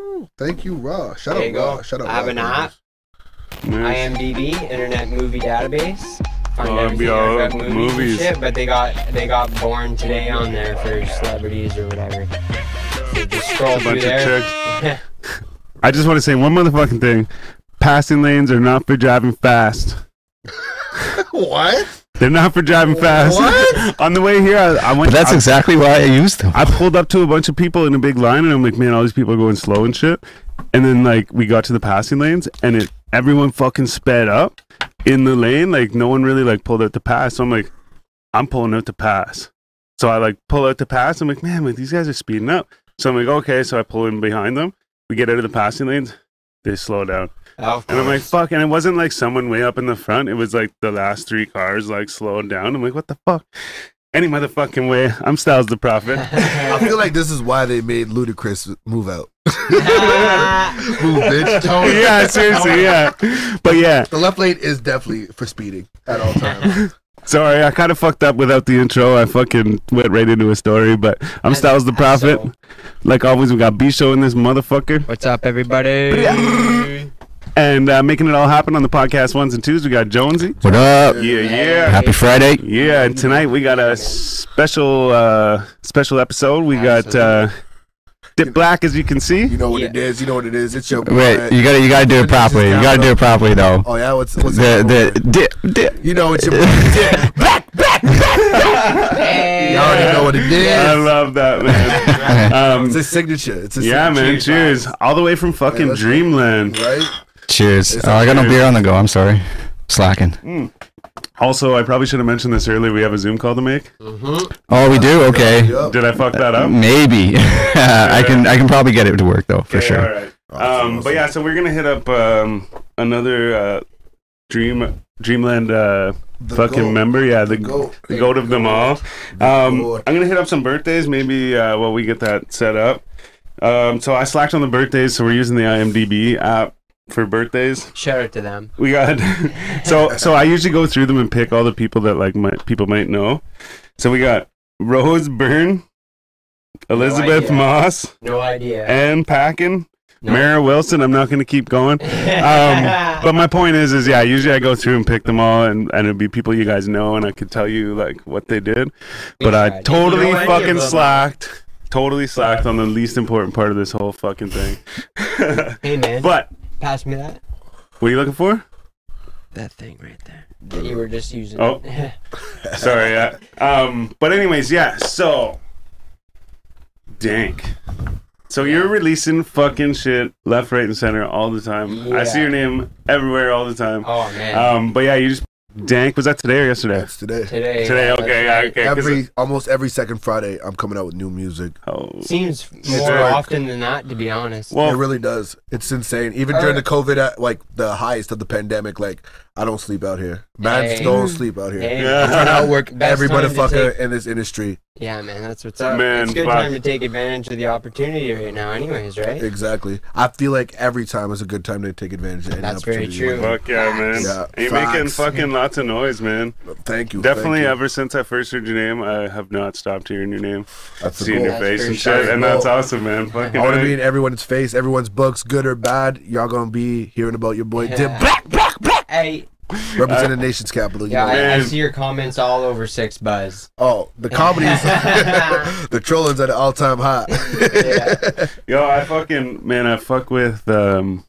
Ooh, Thank you, Raw. Shout There out you go. Raw. Shout out I have Raw an Burgers. app. IMDb, Internet Movie Database. Find Oh, it'd be everything all about over movies, movies. And shit, but they got they got born today on there for celebrities or whatever. So just scroll A bunch through of there. chicks. I just want to say one motherfucking thing. Passing lanes are not for driving fast. What? They're not for driving fast. What? On the way here, I, I went. But that's I, exactly why I used them. I pulled up to a bunch of people in a big line, and I'm like, man, all these people are going slow and shit. And then like we got to the passing lanes, and it everyone fucking sped up in the lane. Like no one really like pulled out to pass. So I'm like, I'm pulling out to pass. So I like pull out to pass. I'm like, man, like these guys are speeding up. So I'm like, okay. So I pull in behind them. We get out of the passing lanes. They slow down. Of And I'm like, course. fuck. And it wasn't like someone way up in the front. It was like the last three cars like slowed down. I'm like, what the fuck? Any motherfucking way. I'm Styles the Prophet. I feel like this is why they made Ludacris move out. Ah, Move, bitch. Tone. yeah, seriously. Yeah. But yeah, The left lane is definitely for speeding at all times. sorry. I kind of fucked up without the intro. I fucking went right into a story. But I'm As- Styles the as Prophet. so. Like always, we got B Show in this motherfucker. What's up, everybody? And uh, making it all happen on the podcast ones and twos, we got Jonesy. What up? Yeah, yeah. Happy Friday. Yeah, and tonight we got a special uh special episode. We got uh Dip Black as you can see. You know what Yeah. it is. You know what it is. It's your boy. Wait, you gotta you gotta do it properly. You gotta do it properly though. oh yeah, what's what's The the dip dip. You know it's your boy. Yeah. You already know what it is. I love that man. it's Um a signature. It's a yeah, signature, man, cheers. All the way from fucking let's go. Dreamland. Right? Cheers. Oh, I got no beer on the go. I'm sorry. Slacking. Also, I probably should have mentioned this earlier. We have a Zoom call to make. Oh, we do. Okay. Yup. Did I fuck that up? Mm, Maybe. I can I can probably get it to work though for Okay, sure. All right. Um, but yeah, so we're gonna hit up um, another uh, Dream Dreamland uh, The fucking goat. member. Yeah, the, the, goat. goat of them all. Um, goat. I'm gonna hit up some birthdays, maybe uh, while we get that set up. Um, so I slacked on the birthdays, so we're using the IMDb app for birthdays. Shout out to them. We got so so I usually go through them and pick all the people that like my people might know. So we got Rose Byrne, Elizabeth idea. Moss, No idea. Ann Packin, No. Mara Wilson. I'm not going to keep going. Um, but my point is, is yeah, usually I go through and pick them all, and, and it'd be people you guys know, and I could tell you like what they did. But I tried. totally You know any of fucking them. slacked. Totally slacked on the least important part of this whole fucking thing. hey man, but pass me that what are you looking for? that thing right there that you were just using. Oh. Sorry. Uh, um. But anyways, yeah. So, dank. So you're releasing fucking shit left, right, and center all the time. I see Yeah. your name everywhere all the time. oh man. Um, but yeah, you just dank. Was that today or yesterday? That's today. today. uh, Today. yeah, Okay. that's Yeah. right. Okay. 'cause Every almost every second Friday, I'm coming out with new music. it- oh. Seems more like- often than not, to be honest. Well, it really does. It's insane. Even during the COVID, uh, like the highest of the pandemic, like I don't sleep out here. Man, Hey. don't sleep out here. Hey, Yeah. Trying to outwork Best every time to motherfucker in this industry. yeah, man, that's what's up. Man, it's a good fuck. time to take advantage of the opportunity right now, anyways, right? Exactly. I feel like every time is a good time to take advantage of any That's very opportunity. true. fuck yeah, man. Yeah, You're making facts. fucking lots of noise, man. Thank you. Definitely. Thank you. Ever since I first heard your name, I have not stopped hearing your name, That's the seeing your goal. That's face for and sure. shit, and Well, that's awesome, man. Fucking. I want to right. be in everyone's face, everyone's books, good or bad. Y'all gonna be hearing about your boy Yeah. Dip Black, Black, Black, Hey, representing the nation's capital. you yeah, know. I, I Man. see your comments all over Six Buzz. oh, the comedies, the trolling's at an all-time high. Yeah. Yo, I fucking man, I fuck with um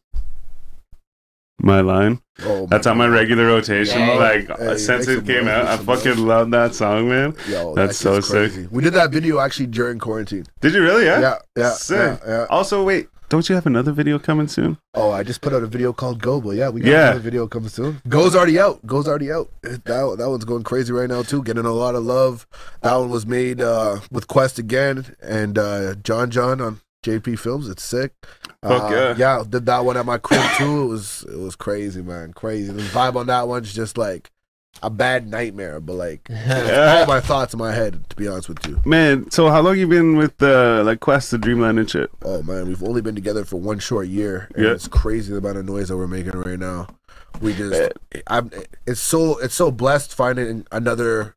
my line. oh, That's on my regular rotation. Yeah. Like Hey, make since some it came noise, out, make I some fucking love that song, man. Yo, That's that shit's so sick. We did that video actually during quarantine. Did you really? Yeah. Yeah, yeah, Sick. yeah, yeah. Also, wait, don't you have another video coming soon? Oh, I just put out a video called Go, but yeah, we got Yeah. another video coming soon. Go's already out. Go's already out. That that one's going crazy right now too, getting a lot of love. That one was made uh, with Quest again and uh, John John on JP Films. It's sick. Fuck Uh, yeah. yeah, did that one at my crib too. It was it was crazy, man, crazy. The vibe on that one's just like a bad nightmare, but like all my thoughts in my head. To be honest with you. Man, so how long you been with uh, like Quest the Dreamland and shit? Oh man, we've only been together for one short year, and Yeah. it's crazy the amount of noise that we're making right now. We just, I'm, it's so, it's so blessed finding another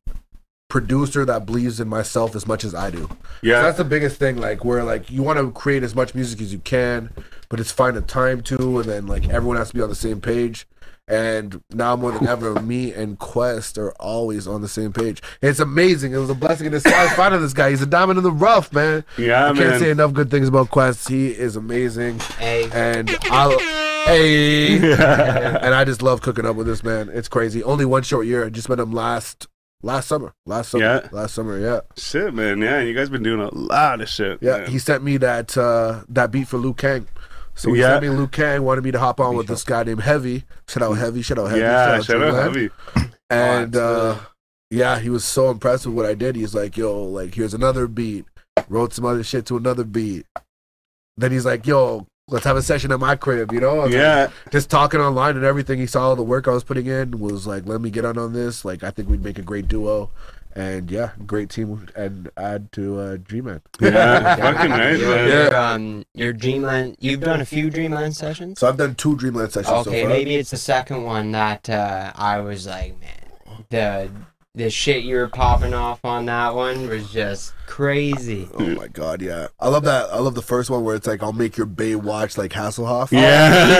producer that believes in myself as much as I do. Yeah. So that's the biggest thing. Like where like you want to create as much music as you can, but it's finding time to, and then like everyone has to be on the same page. And now more than ever, me and Quest are always on the same page. It's amazing. It was a blessing in disguise finding this guy. He's a diamond in the rough, man. Yeah, I man. can't say enough good things about Quest. He is amazing, Hey. and I. Hey, and I just love cooking up with this man. It's crazy. Only one short year. I just met him last last summer. Last summer. Yeah. Last summer. Yeah. Shit, man. Yeah, you guys been doing a lot of shit. Yeah, man. he sent me that uh, that beat for Liu Kang. So he Yeah. sent me Liu Kang, wanted me to hop on with this guy named Heavy. Shout out Heavy, shout out Heavy. yeah. out Shout to out, Glenn. heavy. And Oh, uh, absolutely. yeah, he was so impressed with what I did. He's like, yo, like here's another beat. Wrote some other shit to another beat. Then he's like, yo, let's have a session at my crib, you know? I was like, Yeah. just talking online and everything. He saw all the work I was putting in. Was like, let me get on on this. Like, I think we'd make a great duo, and yeah, great team and add to uh, G-Man. Yeah. fucking right, Your, man. your, um, your Dreamland. You've done a few Dreamland sessions. So I've done two Dreamland sessions Okay, so far. maybe it's the second one that uh, I was like, man, the the shit you were popping off on that one was just crazy. Oh my god, yeah. I love that. I love the first one where it's like I'll make your bay watch like Hasselhoff. Yeah.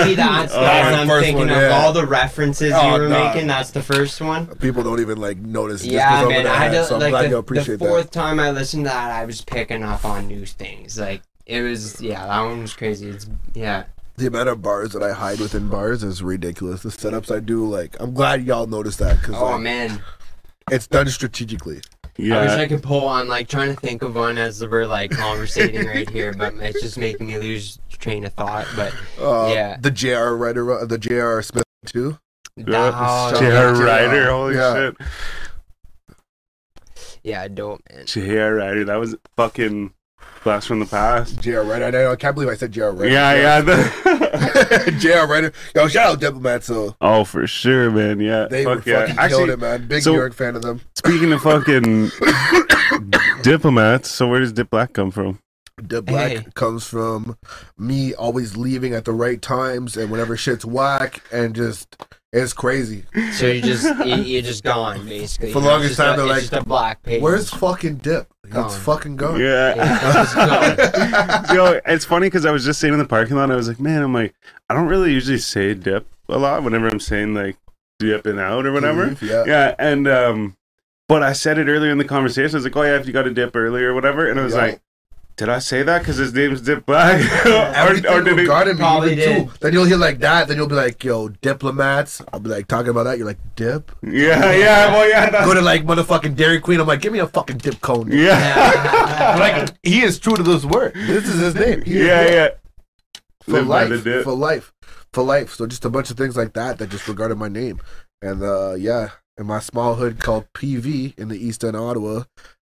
Maybe that's Oh, that the I'm first thinking one, of yeah. all the references Oh, you were nah. making. That's the first one. People don't even like notice. It yeah, just goes man. over their I head, just so I'm like glad you the, the appreciate fourth that. time I listened to that, I was picking up on new things. Like it was, yeah, that one was crazy. It's yeah, The amount of bars that I hide within bars is ridiculous. The setups I do, like, I'm glad y'all noticed that because oh man. it's done strategically. I wish I Yeah. could pull on like trying to think of one as we're like conversating right here, but it's just making me lose train of thought. But Uh, Yeah. The JR writer, uh, the JR Smith too. that, oh, J.R. yeah, Ryder, holy Yeah. shit. yeah, dope man. J.R. Ryder, that was fucking blast from the past. JR Ryder. I, know, I can't believe I said JR Ryder. Yeah, yeah. the- JR Ryder. Yo, shout out Diplomat. So oh, for sure, man. Yeah. they were Fuck yeah. fucking killed Actually, it, man. Big so- New York fan of them. speaking of fucking diplomats, so where does Dip Black come from? Dip Black Hey. comes from me always leaving at the right times and whenever shit's whack and just it's crazy. So you just you, you're just gone basically. For It's longest just time, a, they're it's like, just a black page. Where's fucking Dip? Gone. It's fucking gone. Yeah. Yeah, it's Oh, gone. Yo, it's funny because I was just saying in the parking lot, I was like, man, I'm like, I don't really usually say dip a lot whenever I'm saying like dip and out or whatever. Yeah. Yeah, and um, but I said it earlier in the conversation. I was like, "Oh yeah, if you got a dip earlier or whatever," and I was Yeah. like, "Did I say that? Because his name's Dip Black, Everything or, or did it?" regarding me, Probably even too. Then you'll hear like that. Then you'll be like, "Yo, diplomats." I'll be like talking about that. You're like, "Dip." Yeah, yeah, well, yeah, Go that's, to like motherfucking Dairy Queen. I'm like, "Give me a fucking dip cone." yeah, I'm like he is true to this word. This is his name. He is yeah, Dip yeah. for Live by the life, dip. for life, for life. So just a bunch of things like that that just regarded my name, and uh, yeah, in my small hood called PV in the East End of Ottawa,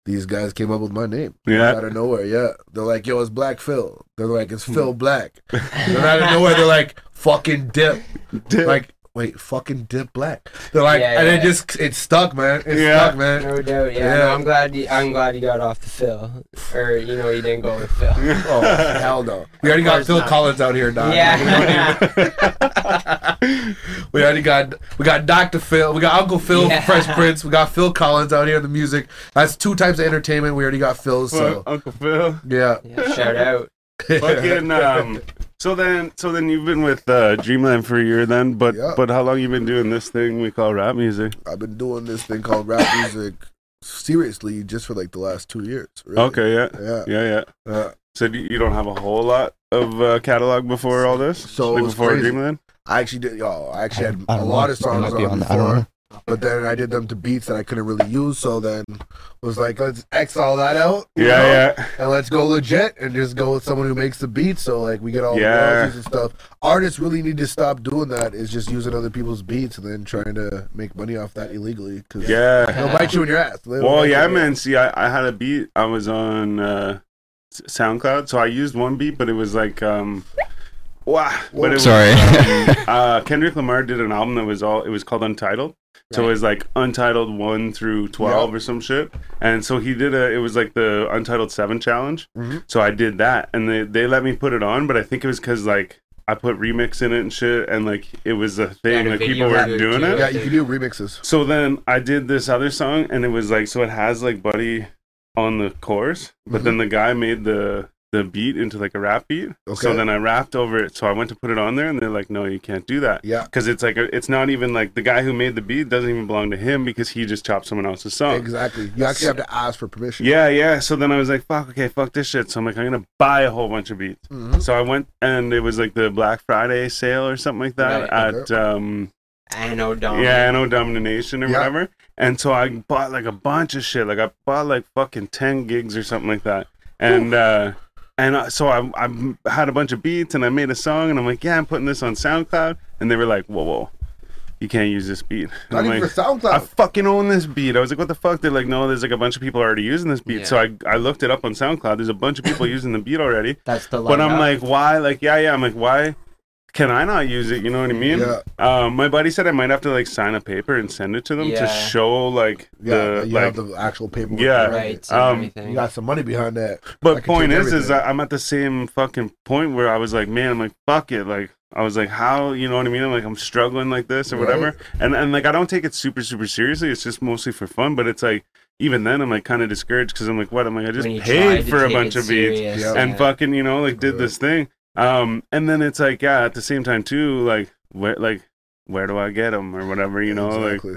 these guys came up with my name Yeah, out of nowhere. Yeah, they're like, "Yo, it's Black Phil." They're like, "It's Phil Black." They're out of nowhere. They're like, "Fucking dip." Dip. Like. Wait, fucking dip black. They're like, Yeah, and it yeah. just it stuck, man. It Yeah. stuck, man. No doubt, yeah. Yeah. No, I'm glad you, I'm glad you got off the Phil, or you know you didn't go with Phil. Oh hell no! We already got course Phil not. Collins out here now. yeah. We already got we got Dr. Phil, we got Uncle Phil, Yeah. Fresh Prince, we got Phil Collins out here in the music. That's two types of entertainment. We already got Phil, Well, so Uncle Phil. yeah. yeah. Shout out. Fucking um. So then, so then you've been with uh, Dreamland for a year then, but Yeah. but how long you been doing this thing we call rap music? I've been doing this thing called rap music seriously just for like the last two years. Really. Okay, yeah, Yeah. yeah, yeah. Uh, So do you you don't have a whole lot of uh, catalog before all this? So like it was before crazy. Dreamland? I actually did. Yo, I actually had I a don't lot know. of I songs might be on, on that. I don't before, know. but then I did them to beats that I couldn't really use. So then was like, let's X all that out. you know? Yeah, yeah. and let's go legit and just go with someone who makes the beats. So like we get all Yeah. the royalties and stuff. Artists really need to stop doing that. Is just using other people's beats and then trying to make money off that illegally. Cause Yeah. they'll bite you in your ass. They'll Well, bite you yeah, in your man. See, I, I had a beat. I was on uh, S- SoundCloud, so I used one beat, but it was like, um, wow. But it Sorry. Was, um, uh, Kendrick Lamar did an album that was all. It was called Untitled. So it was like Untitled one through twelve or some shit. And so he did a. It was like the Untitled seven challenge. Mhm. So I did that, and they they let me put it on, but I think it was because like I put remix in it and shit, and like it was a Yeah, thing. the like video people was were good, doing too. it. Yeah, you can do remixes. So then I did this other song, and it was like so it has like Buddy on the chorus, but Mm-hmm. then the guy made the the beat into like a rap beat. Okay. So then I rapped over it. So I went to put it on there, and they're like, "No, you can't do that." Yeah, Because it's like a, it's not even like the guy who made the beat doesn't even belong to him because he just chopped someone else's song. exactly. You actually have to ask for permission. Oh. Yeah, yeah. So then I was like, "Fuck, okay, fuck this shit." So I'm like, "I'm gonna buy a whole bunch of beats." Mhm. So I went and it was like the Black Friday sale or something like that Right, at um Anno Domini. yeah, Anno Domination or Yeah. whatever. And so I bought like a bunch of shit. Like I bought like fucking 10 gigs or something like that. And uh and uh, so I, I had a bunch of beats and I made a song and I'm like, yeah, I'm putting this on SoundCloud. And they were like, whoa, whoa, you can't use this beat. And Not I'm even like, for SoundCloud. I fucking own this beat. I was like, what the fuck? They're like, no, there's like a bunch of people already using this beat. Yeah. So I, I looked it up on SoundCloud. There's a bunch of people using the beat already. That's the light But I'm up. like, why? Like, yeah, yeah. I'm like, why can I not use it? You know what I mean? Yeah. Um, my buddy said I might have to like sign a paper and send it to them to Yeah. show like yeah. the you have like. the actual paperwork. Yeah. rights Um, and everything. You got some money behind that. I but could point take is, is everything. I- I'm at the same fucking point where I was like, man, I'm like, fuck it, like. I was like, how, you know what I mean? I'm like, I'm struggling like this or Right. whatever. And and like, I don't take it super, super seriously. It's just mostly for fun. But it's like, even then, I'm like kind of discouraged because I'm like, what? I'm like, I just When you tried paid to for a take bunch it of beats. serious, Yeah. and fucking you know like did Right. this thing um and then it's like yeah at the same time too like where like where do i get them or whatever you know like exactly.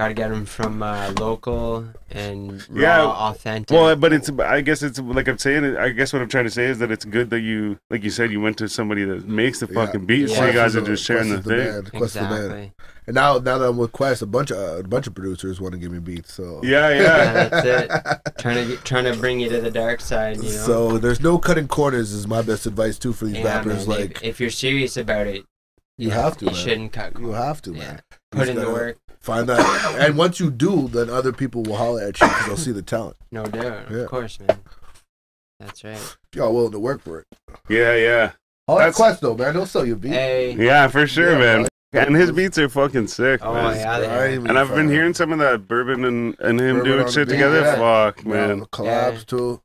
gotta get them from uh, local and raw, Yeah, authentic. well but it's i guess it's like i'm saying i guess what i'm trying to say is that it's good that you like you said you went to somebody that makes the Yeah. fucking beat so Yeah. you guys are Quest is just sharing the Quest is thing man, Quest is the man. exactly. And now, now that I'm with Quest, a bunch of uh, a bunch of producers want to give me beats. So yeah yeah Yeah, that's it. Trying to trying to bring you to the dark side. You know. So there's no cutting corners is my best advice too for these Yeah, rappers. man, um, if- like if, you're serious about it, You have to, You man. shouldn't cut. you corners. have to, man. You Put just in the gotta work, Find that, and once you do, then other people will holler at you because they'll see the talent. no doubt. Yeah. Of course, man. That's right. If Y'all willing to work for it? yeah yeah All that That's- Quest though, man. They'll sell you beats. Hey. yeah for sure Yeah, man right. and his beats are fucking sick Oh man. yeah. they I are. ain't even and i've been fine. hearing some of that bourbon and and him Bourbon on doing the shit beat, together yeah. fuck man. man the collabs Yeah. too.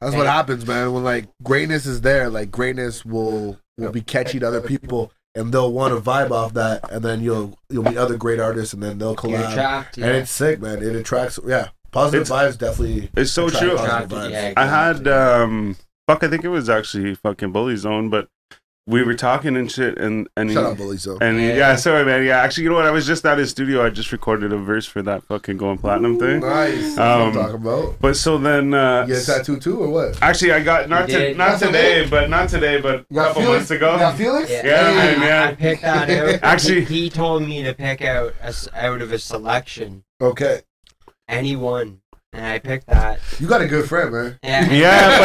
That's Hey. what happens, man. When like greatness is there, like greatness will will be catchy to other people, and they'll want to vibe off that, and then you'll you'll meet other great artists, and then they'll You're collab. trapped. Yeah. And it's sick, man. It attracts, yeah. Positive vibes definitely. it's so attract true positive Attracted, vibes. yeah. I had um fuck I think it was actually fucking Bully Zone, but we were talking and shit and and Shout out Bully Zone. and yeah. Yeah. sorry man. Yeah, actually you know what? I was just at his studio. I just recorded a verse for that fucking going platinum thing. Nice. That's what Um, I'm talking about. But so then uh You get a tattoo too, or what? actually I got not You to, did? not That's today, but not today, but a You got couple Felix? months ago. You got Felix? Yeah, Yeah, I- man, yeah. I picked that out. Actually- he, he told me to pick out a s out of a selection Okay. any one, and I picked that. You got a good friend, man. Yeah, Yeah,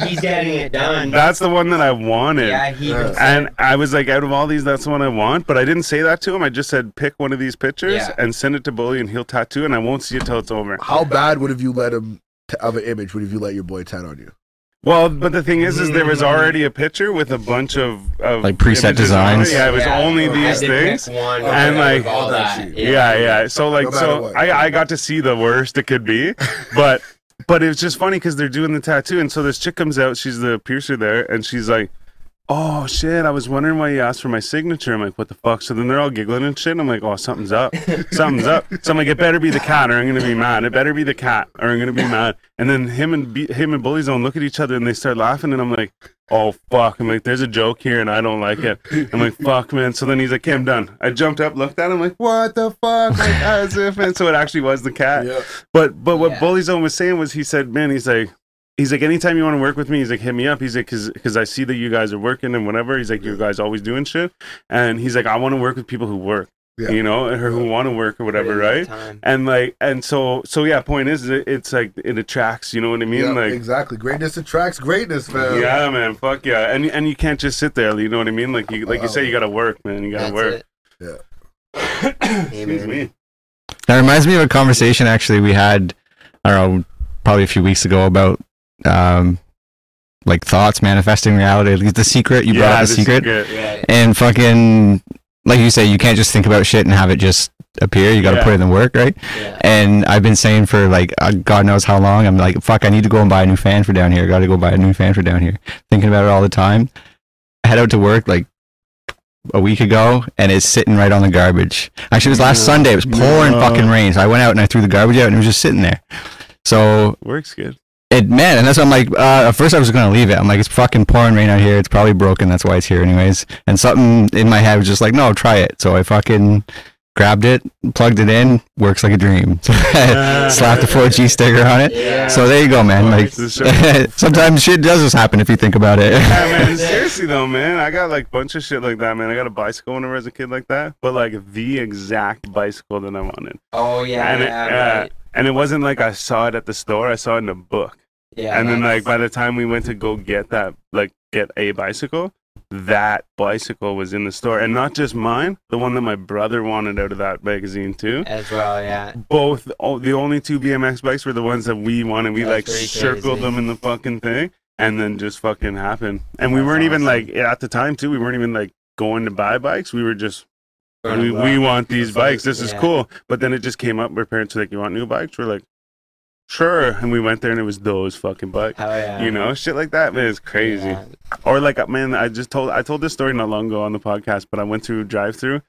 so he's getting it done. That's the one that I wanted. yeah, he. Yeah. was- And I was like, out of all these, that's the one I want. But I didn't say that to him. I just said, pick one of these pictures Yeah. and send it to Bully, and he'll tattoo, and I won't see it till it's over. How bad would have you let him, t- of an image, would have you let your boy tat on you? Well, but the thing is, is there was already a picture with a bunch of, of Like images preset on it. designs? Yeah, it was Yeah. only I these had to pick things. one and, out of like- all that. That's you. Yeah, yeah. So like, No matter so what. I I got to see the worst it could be, but but it was just funny because they're doing the tattoo, and so this chick comes out, she's the piercer there, and she's like. Oh shit! I was wondering why you asked for my signature. I'm like, what the fuck? So then they're all giggling and shit. and I'm like, oh, something's up, something's up. So I'm like, it better be the cat, or I'm gonna be mad. It better be the cat, or I'm gonna be mad. And then him and B- him and Bully Zone look at each other and they start laughing, and I'm like, oh fuck! I'm like, there's a joke here, and I don't like it. I'm like, fuck, man. So then he's like, okay, I'm done. I jumped up, looked at him, like, what the fuck? Like, as if, and so it actually was the cat. But but what Yeah. Bully Zone was saying was he said, man, he's like, he's like, anytime you want to work with me, he's like, hit me up. He's like, cause, cause I see that you guys are working and whatever. He's like, you guys always doing shit, and he's like, I want to work with people who work, Yeah. you know, or who want to work or whatever, right? Time. And like, and so so yeah. Point is, it- it's like it attracts. You know what I mean? Yeah, like. exactly. Greatness attracts greatness, man. Yeah, man, fuck yeah, and and you can't just sit there. You know what I mean? Like you, like you Wow. say, you gotta work, man. You gotta That's work. it. Hey, Excuse man. me. That reminds me of a conversation actually we had, I don't know, probably a few weeks ago about um, like thoughts manifesting reality. Like the secret you brought up, the secret, Yeah. and fucking like you say, you can't just think about shit and have it just appear. You got to Yeah. put in the work, right? Yeah. And I've been saying for like uh, God knows how long. I'm like, fuck, I need to go and buy a new fan for down here. Got to go buy a new fan for down here. Thinking about it all the time. I head out to work like a week ago and it's sitting right on the garbage. Actually, it was last Sunday. It was pouring No. fucking rain. So I went out and I threw the garbage out and it was just sitting there. So Works good. it, man, and that's what I'm like. Uh, at first, I was gonna leave it. I'm like, it's fucking pouring rain out here. It's probably broken. That's why it's here, anyways. And something in my head was just like, no, try it. So I fucking grabbed it, plugged it in. Works like a dream. So I Uh, slapped a 4G sticker on it. Yeah. So there you go, man. Always Like the circle. sometimes shit does just happen if you think about it. Yeah, man, seriously though, man, I got like bunch of shit like that, man. I got a bicycle when I was a kid like that, but like the exact bicycle that I wanted. oh yeah, and, it, yeah, uh, right. and it wasn't like I saw it at the store, I saw it in a book. yeah. and then like that's- by the time we went to go get that like get a bicycle that bicycle was in the store and not just mine the one that my brother wanted out of that magazine too as well, yeah. both oh, the only two bmx bikes were the ones that we wanted we That's like pretty circled crazy. them in the fucking thing and then just fucking happened and we That's weren't even awesome. like eh, at the time too we weren't even like going to buy bikes we were just we, Well, we want these bikes. This is Yeah. cool. But then it just came up. My parents were like, "You want new bikes?" We're like, "Sure." And we went there, and it was those fucking bikes. oh yeah. You know, shit like that, man, is crazy. Yeah. Or like, uh, man, I just told I told this story not long ago on the podcast, but I went through drive through,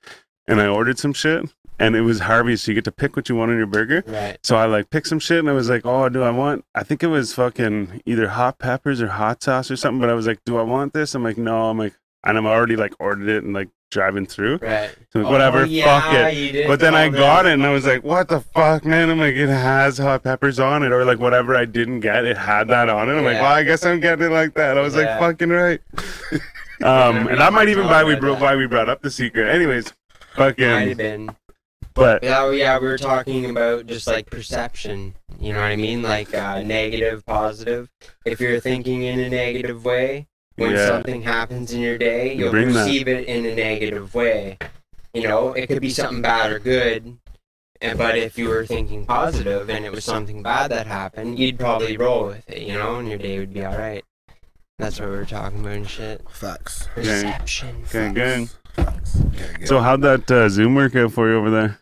and I ordered some shit, and it was Harvey's, so you get to pick what you want on your burger. Right. So I like picked some shit, and I was like, oh, do I want? I think it was fucking either hot peppers or hot sauce or something. But I was like, do I want this? I'm like, no. I'm like, and I'm already like ordered it and like driving through. Right. So I'm like, whatever, Oh, yeah, fuck it. you did But then call I them. got it and I was like, what the fuck, man? I'm like, it has hot peppers on it. Or like whatever I didn't get, it had that on it. I'm like, Yeah. well, I guess I'm getting it like that. I was Yeah. like, fucking right. um, and that might even why we, bro- why we brought up the secret. Anyways, Might have fucking, been. but Yeah, well, yeah, we were talking about just like perception. You know what I mean? Like uh, negative, positive. If you're thinking in a negative way, when Yeah. something happens in your day, you'll Bring that. perceive it in a negative way. You know, it could be something bad or good. and- But if you were thinking positive and it was something bad that happened, you'd probably roll with it, you know, and your day would be all right. That's what we were talking about and shit. Facts. Perception. gang, gang. Yeah, yeah. So how'd that uh, Zoom work out for you over there?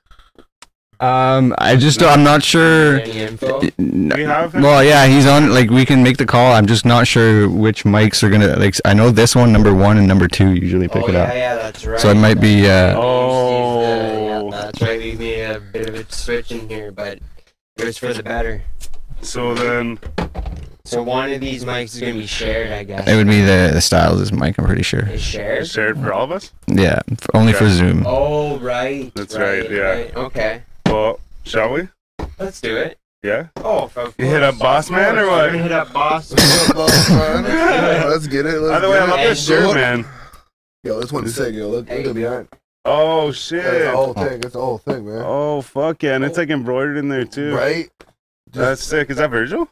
Um, I just don't- I'm not sure. Any info? N- We have him? Well, yeah, he's on. Like, we can make the call. I'm just not sure which mics are gonna. Like, I know this one, number one, and number two usually pick oh, it yeah, up. yeah, that's right. So it might be. Uh, Oh. Yeah, that's right. We made a bit of a switch in here, but it was for the better. So then, So one of these mics is gonna be shared, I guess. it would be the the Styles' mic. I'm pretty sure. Is shared? shared for all of us? Yeah, f- only for Okay. Zoom. Oh right. That's right, yeah. right. Okay. Well, shall we? Let's do it. Yeah? Oh, of course. You hit up boss man or We're what? gonna hit up boss. Let's go, man. Let's get it. Let's By the way, get I love it. that shirt, man. Yo, this one's sick. Yo, look, look at behind. Oh, That's the shit. whole thing. That's the whole thing, man. Oh fuck yeah, and it's like embroidered in there too. Right? That's sick. Is that Virgil?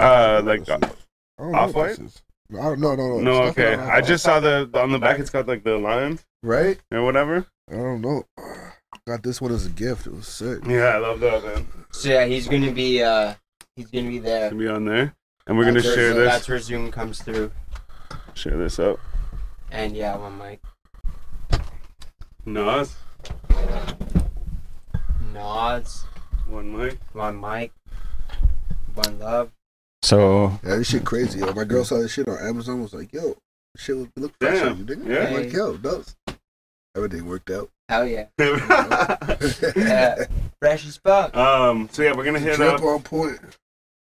Uh, like uh, I don't know what Off-White? this is. I don't, no, no, no. no, It's okay. definitely not I just saw the on the back. It's got like the lion right. or whatever. I don't know. Got this one as a gift. It was sick. Yeah, I love that man. So yeah, he's gonna be uh, he's gonna be there. To be on there, and we're gonna That's where- share so That's this. where Zoom comes through. Share this up. And yeah, one mic. Nas, Nods. one mic. One mic. One love. So Yeah, this shit crazy, yo. My girl saw this shit on Amazon. Was like, yo, shit was look fresh. Damn. You dig me? Yeah. I'm Like, yo, does everything worked out? Hell yeah. Yeah. Fresh as fuck. um. So yeah, we're gonna hit up. Trip on point.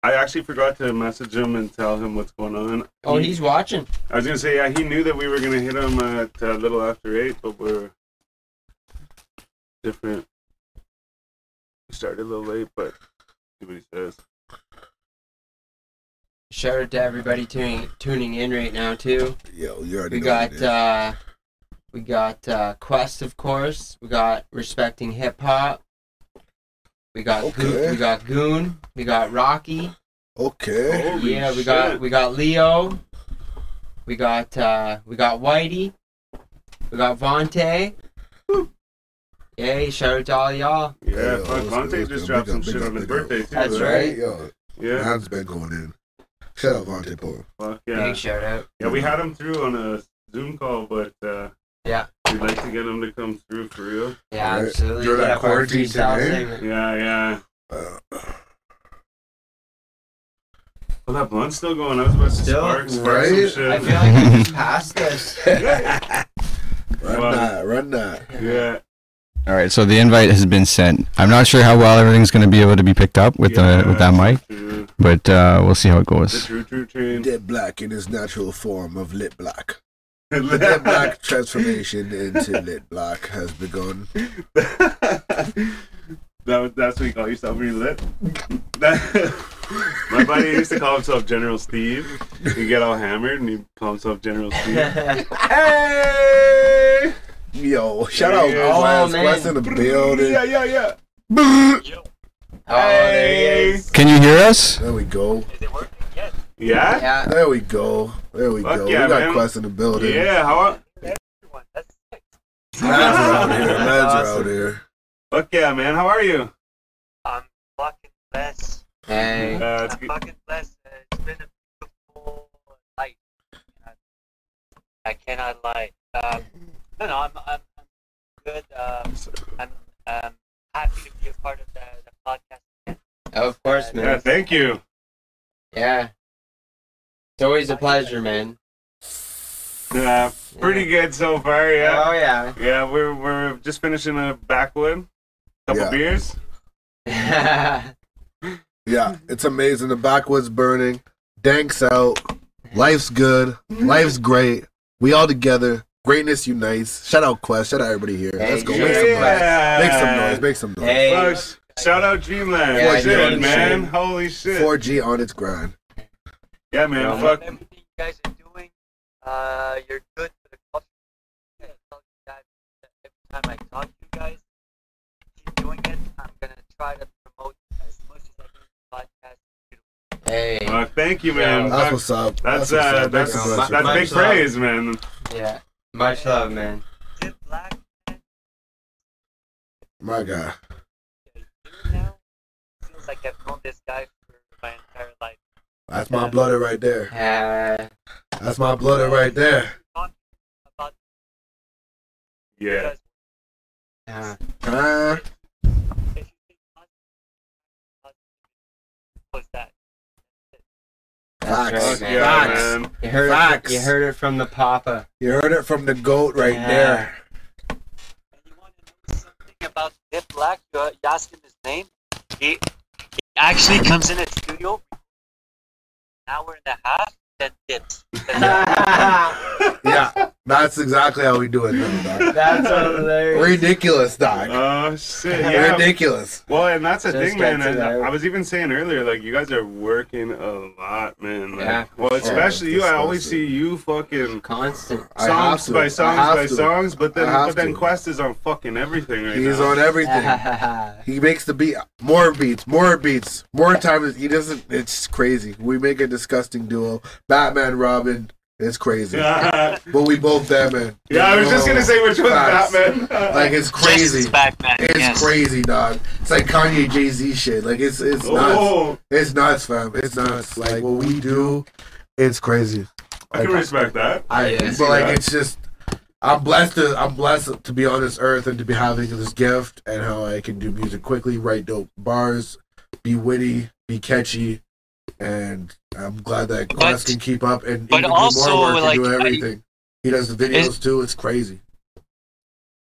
I actually forgot to message him and tell him what's going on. Oh, He- he's watching. I was gonna say yeah, he knew that we were gonna hit him at a little after eight, but we're different. We started a little late, but see what he says. Shout out to everybody tuning tuning in right now too. Yo, you already We know what got it is. uh we got uh Quest of course. We got Respecting Hip Hop. We got Goon, Okay. we got Goon. We got Rocky. okay. Holy yeah, we shit. got we got Leo. We got uh we got Whitey. We got Vontae. Yay, shout out to all y'all. Yeah, Yeah, fuck, let's- Vontae let's go, just dropped big some up, shit big up, on his big up. birthday too. That's right? right. Yo, Yeah, has been going in. Shout out Vontae Paul. fuck yeah. Big shout out. Yeah, we had him through on a Zoom call, but uh, Yeah. we'd like to get him to come through for real. Yeah, Right. absolutely. During Hit that up our quarantine freestyle today? segment. Yeah, yeah. Uh, Well, that blunt's still going. I was about to Still? spark, spark some Right? shit. I feel like we just passed this. Yeah. right? Run that. Yeah. All right, so the invite has been sent. I'm not sure how well everything's going to be able to be picked up with the with that mic, True. but uh, we'll see how it goes. true, true train. Dead black in his natural form of lit black. Lit black transformation into lit black has begun. that was, that's what you call yourself when you lit. That- My buddy used to call himself General Steve. He'd get all hammered and he'd call himself General Steve. hey! Yo, shout out Yeah. Oh, West. man. West in the building. Yeah, yeah, yeah. Oh, there he is. Can you hear us? There we go. Yeah? Yeah. There we go. There we Fuck go. yeah, we got man. Quest in the building. Yeah, how Lads are out here. That's Lads are out awesome. here. Fuck yeah, man. How are you? I'm Um, fucking blessed. Uh, Hey. it's I'm good. fucking blessed. It's been a beautiful life. I, I cannot lie. Um, no, no, I'm, I'm, I'm good. Um, I'm, um happy to be a part of the, the podcast. Of course, Yeah, man. thank you. Yeah. It's always a pleasure, man. Uh, pretty good so far, yeah. Oh, yeah. Yeah, we're, we're just finishing a backwood. Couple Yeah. beers. Oh, Yeah, it's amazing. The backwoods burning. Danks out. Life's good. Life's great. We all together. Greatness unites. Shout out Quest. Shout out everybody here. Let's go. Make some noise. Make some noise. Make some noise. hey. Folks, shout out Dreamland. Yeah, That's I know it, the man. shit. Holy shit. 4G on its grind. yeah, man. Yeah. Fuck. Everything you guys are doing, uh, you're good for the culture. I tell you guys that Every time I talk to you guys, keep doing it. I'm gonna try to promote as much as I can the podcast. Hey. Fuck, Thank you, Yeah. man. That's Fuck. what's up. what's That's uh, up. Make that's some Much- noise. that's, much big love. praise, man. Yeah. Much love, man. Did Black My God. now feels like I've known this guy for my entire life. That's my blooded right there. Uh, That's my blooded right there. About you Yeah. guys, uh, Huh? if you think not- not- was that? that's Facts. right, Fuck man. yeah, Facts. man. You heard, it, Facts. you heard it from the papa. You heard it from the goat right Yeah. there. And you want to know something about Dip Black? You, uh, you ask him his name. He, he actually comes in at studio an hour and a half, then dips. Yeah, that's exactly how we do it now, dog. That's hilarious. Ridiculous, dog. Oh shit. Yeah. Ridiculous. Well, and that's the Just thing, man. got to and that. I was even saying earlier, like you guys are working a lot, man. Like, Yeah. Well, especially you. I Disgusting. always see you fucking Constant. I have songs to. by I songs have by to. songs, but then I have but then to. Quest is on fucking everything right He's now. on everything. He makes the beat more beats, more beats, more times. He doesn't. It's crazy. We make a disgusting duo. Batman, Robin. It's crazy. Yeah. But we both Batman. yeah, I was just gonna say which one's Facts. Batman. Like it's crazy. back, man. It's crazy, dog. It's like Kanye, Jay Z shit. Like it's it's nuts. oh, It's nuts, fam. It's nuts. Like what we do, it's crazy. I can Like, respect that. I, Yeah, I see but like that. it's just I'm blessed to I'm blessed to be on this earth and to be having this gift and how I can do music quickly, write dope bars, be witty, be catchy, and I'm glad that Glass can keep up and but even do also, more work and do like, I- everything. he does the videos too. It's crazy.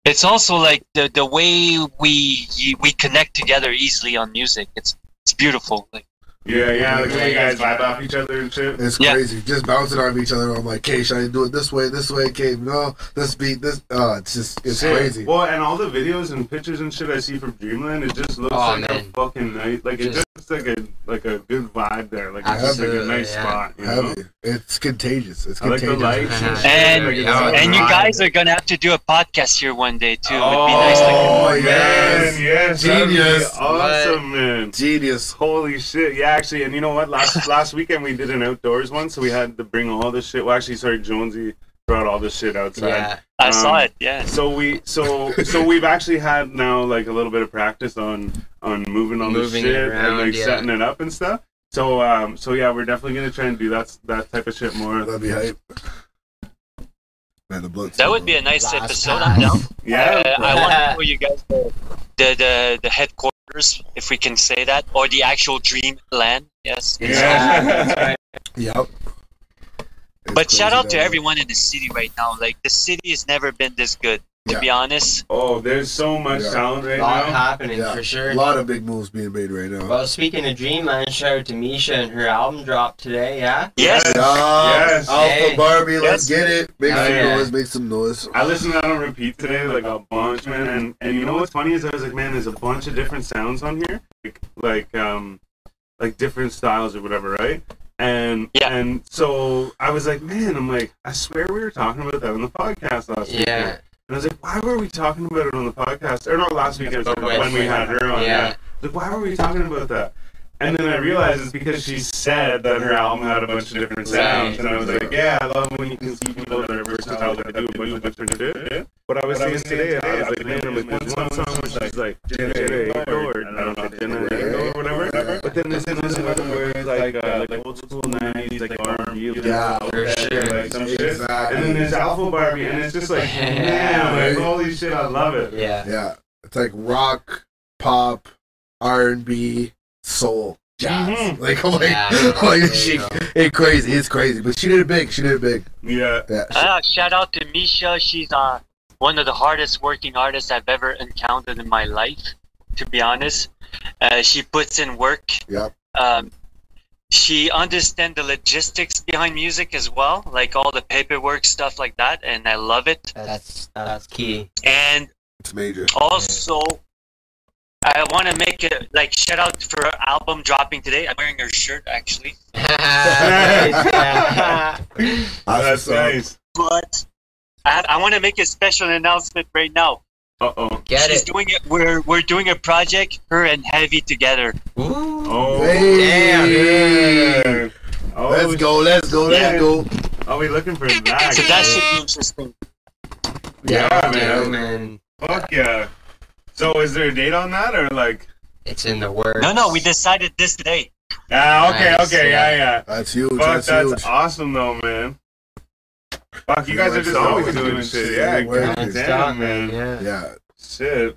It's also like the the way we we connect together easily on music. It's it's beautiful. Like Yeah, yeah. Like when you guys vibe off each other and shit. It's Yeah. crazy. Just bouncing off each other. I'm like, "Okay, should I do it this way? This way? Okay, no, this beat, this." Uh, it's just it's Shit. crazy. Well, and all the videos and pictures and shit I see from Dreamland, it just looks Oh, like a man. fucking nice, like it Just- just like a like a good vibe there, like it's just like a Absolutely, nice yeah. spot. You know? Heavy. It's contagious. It's I like the contagious. lights and shit. And- like, it's Yeah, like a and you vibe. guys are gonna have to do a podcast here one day too. It'd be nice. To- Oh, Oh yes. yes, yes, that'd be Genius. awesome, man. Genius. Holy shit! Yeah, actually, and you know what? Last last weekend we did an outdoors one, so we had to bring all this shit. Well, actually, sorry, Jonesy brought all this shit outside. yeah. I um, saw it. Yeah. So we so so we've actually had now like a little bit of practice on on moving on Moving it the shit and around, like yeah. setting it up and stuff. So um so yeah, we're definitely gonna try and do that that type of shit more. That'd be hype. Man, the blood's That would be a nice episode. I'm down. Yeah. Uh, I want to know you guys the, the the the headquarters, if we can say that, or the actual dream land. Yes. Yeah. Yep. But shout out to everyone in the city right now. Like the city has never been this good. to Yeah. be honest. Oh, there's so much Yeah. talent right A lot now. happening Yeah. for A sure. lot of big moves being made right now. Well, speaking of Dreamland, shout out to Misha and her album dropped today. Yeah. Yes. Yeah, Yes. Alpha Hey. Barbie, let's Yes. get it. Make Oh, some yeah. noise, make some noise. I listened to that on repeat today, like a bunch, man. And, and you know what's funny is I was like, man, there's a bunch of different sounds on here, like like um, like different styles or whatever, right? And Yeah. and so I was like, man, I'm like, I swear we were talking about that on the podcast last week. Yeah. And I was like, why were we talking about it on the podcast? Or not last weekend, But when, when we we- had her on. yeah. Yeah. Like, why were we talking about that? And then I realized it's because she said that her album had a bunch of different Right. sounds. And I was like, yeah, I love when you can see people that are versatile that do a bunch of different shit. But I was saying today, I was like, man, I'm like, there's one song which is like, Jenna or, I don't know, Jenna or whatever. But then there's another where it's like, uh, like old school 90s, like R&B. like, Yeah. For sure. Like some shit. And then Exactly. there's Alpha Barbie, and it's just like, man, like, holy shit, I love it. Yeah. Yeah, it's like rock, pop, R and B, soul, jazz. Mhm. Like, I'm like, Yeah. like There she, you go. it crazy, it's crazy. But she did it big. She did it big. Yeah. Yeah. Uh, shout out to Misha. She's uh, one of the hardest working artists I've ever encountered in my life, to be honest. Uh, she puts in work. Yep. Um, she understands the logistics behind music as well, like all the paperwork stuff like that, and I love it. That's that's key. And It's major. also, I want to make a like shout out for her album dropping today. I'm wearing her shirt actually. Nice. That's nice. That's nice. but I, I want to make a special announcement right now. Uh oh. Get She's it. doing it. We're we're doing a project, her and Heavy together. Ooh. Oh. Hey. damn. Oh, Let's go. Let's go. Let's Yeah. go. Are we looking for that? So that should be interesting. yeah, Damn, man. man. Fuck yeah. So is there a date on that or like? It's in the works. No, no, we decided this today. Ah, okay, Nice, okay, yeah. yeah, yeah. That's huge. Fuck, That's, that's huge. awesome though, man. Fuck, you guys are just always doing shit. Yeah, We're God doing damn, man. Yeah. Yeah. Shit.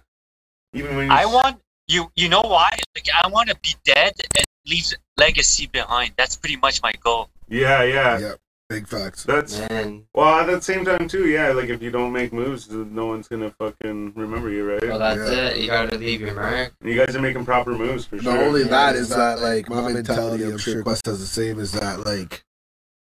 Even when you I want you. You know why? Like I want to be dead and leave legacy behind. That's pretty much my goal. Yeah, yeah. Yeah. Big facts. That's Man. well. At the same time, too, yeah. Like if you don't make moves, no one's gonna fucking remember you, right? Well, that's Yeah. it. You gotta leave your mark. you guys are making proper moves for Not sure. only that is that like my mentality, I'm sure Quest has the same, is that like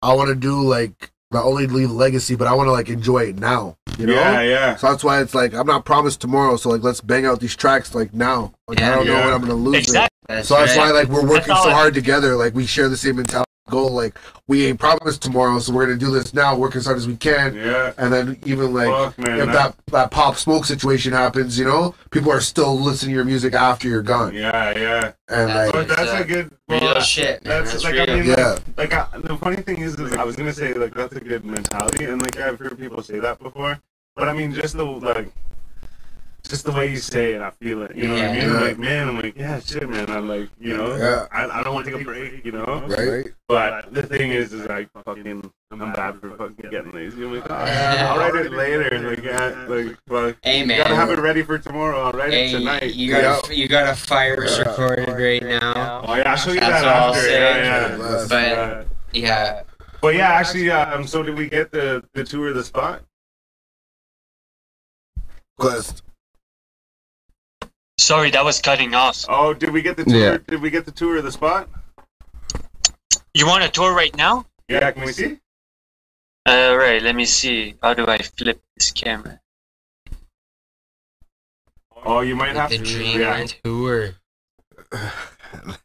I wanna do like not only leave a legacy, but I wanna like enjoy it now. You know? Yeah, yeah. So that's why it's like I'm not promised tomorrow, so like let's bang out these tracks like now. Like I don't know Yeah. when I'm gonna lose. it. Exactly. That's So that's right. why like we're working That's so all I- hard together. Like we share the same mentality goal. Like we ain't promised tomorrow, so we're gonna do this now, work as hard as we can. Yeah. And then even like Fuck, man. if that that pop smoke situation happens, you know, people are still listening to your music after you're gone. yeah, yeah. And That's like But that's a Exactly. good. Real well, shit, man. That's, That's, like real. I mean, Yeah. like, like I, the funny thing is, is I was gonna say like that's a good mentality, and like I've heard people say that before, but I mean just the like, just the way you say it, I feel it. You know what I Yeah. mean? I'm Yeah. Like man, I'm like yeah, shit, man. I'm like you know, Yeah. I, I don't want to take a break, you know. right? But the thing is, is like fucking, I'm bad for fucking getting lazy. I'm like, oh, Yeah. I'll write it later. Like, yeah, like, fuck. Hey, man. Gotta have it ready for tomorrow. I'll write it Hey, tonight. you got a, you got a fire Yeah. recorded right now. Oh yeah, I'll show you That's that all I'll after. say. Yeah, yeah. Bless. But- Yeah. Yeah. But yeah, actually, um, so did we get the the tour of the spot? Quest. Sorry, that was cutting off. Oh, did we get the tour? Yeah. Did we get the tour of the spot? You want a tour right now? Yeah, can we see? All right. Let me see. How do I flip this camera? Oh, you might have The to. Dreamland tour.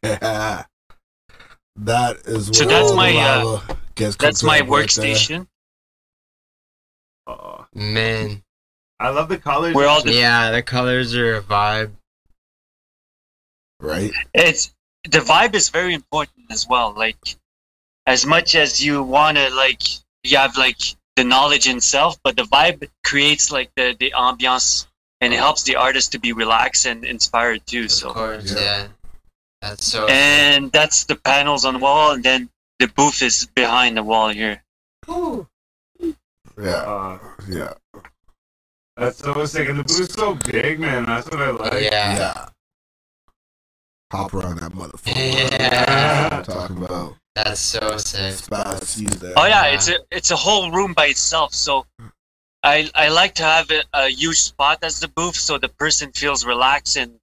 yeah. That is So where that's all the my, uh, lava gets That's cooked my up right there. workstation. Oh, Man. I love the colors. Where all the Yeah, the colors are a vibe. Right? it's the vibe is very important as well like as much as you want to like you have like the knowledge in self but the vibe creates like the the ambiance and it helps the artist to be relaxed and inspired too Of so course, Yeah. yeah. That's so. and that's the panels on the wall and then the booth is behind the wall here Yeah. Uh, Yeah. that's so sick, and the booth's so big, man. That's what I like. Oh, yeah. Yeah. Hop around that motherfucker. Yeah. That's what I'm talking about. That's so sick. Spice, use that. oh yeah Yeah. it's a it's a whole room by itself so I, I like to have a, a huge spot as the booth so the person feels relaxed and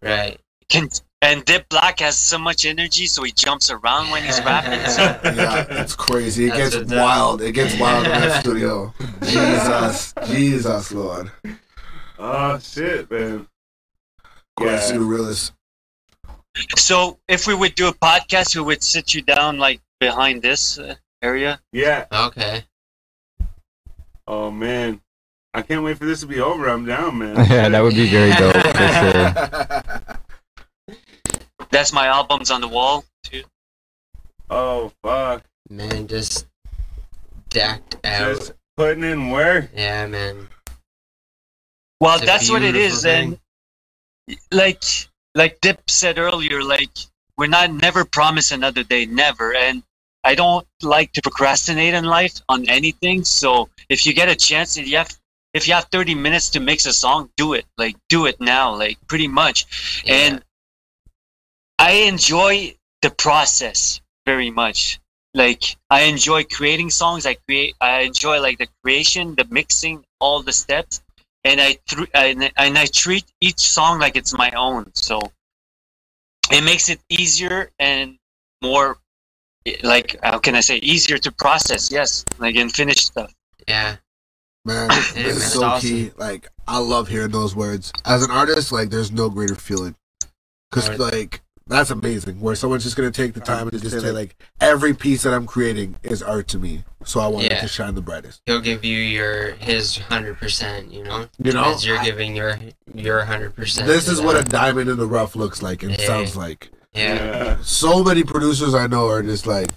Right. can and Dip Black has so much energy so he jumps around when he's rapping. So Yeah, it's crazy. It That's gets what- wild. It gets wild in that studio. Jesus, Jesus, Lord. Oh shit, man. Going Yeah. to the realest. so if we would do a podcast, we would sit you down like behind this uh, area. Yeah. Okay. Oh man. I can't wait for this to be over. I'm down, man. yeah, that would be very dope for sure. That's my albums on the wall. oh fuck. Man, just decked out. Just putting in work. yeah, man. Well, It's a that's what it beautiful is, thing. and like like Dip said earlier, like we're not never promise another day, never. And I don't like to procrastinate in life on anything. So if you get a chance and you have if you have 30 minutes to mix a song, do it. Like do it now, like pretty much. Yeah. And I enjoy the process very much. Like I enjoy creating songs. I create. I enjoy like the creation, the mixing, all the steps, and I thr and, and I treat each song like it's my own. So it makes it easier and more like how can I say easier to process? Yes, like and finish stuff. yeah. Man, man, this is it's so key. Like, I love hearing those words. As an artist, like, there's no greater feeling. Because, Right. like, that's amazing. Where someone's just going to take the time and just say, like, every piece that I'm creating is art to me. So I want it Yeah. to shine the brightest. He'll give you your his hundred percent, you know? You know? As you're giving your your hundred percent. This is what a diamond in the rough looks like and Yeah. sounds like. Yeah. So many producers I know are just like,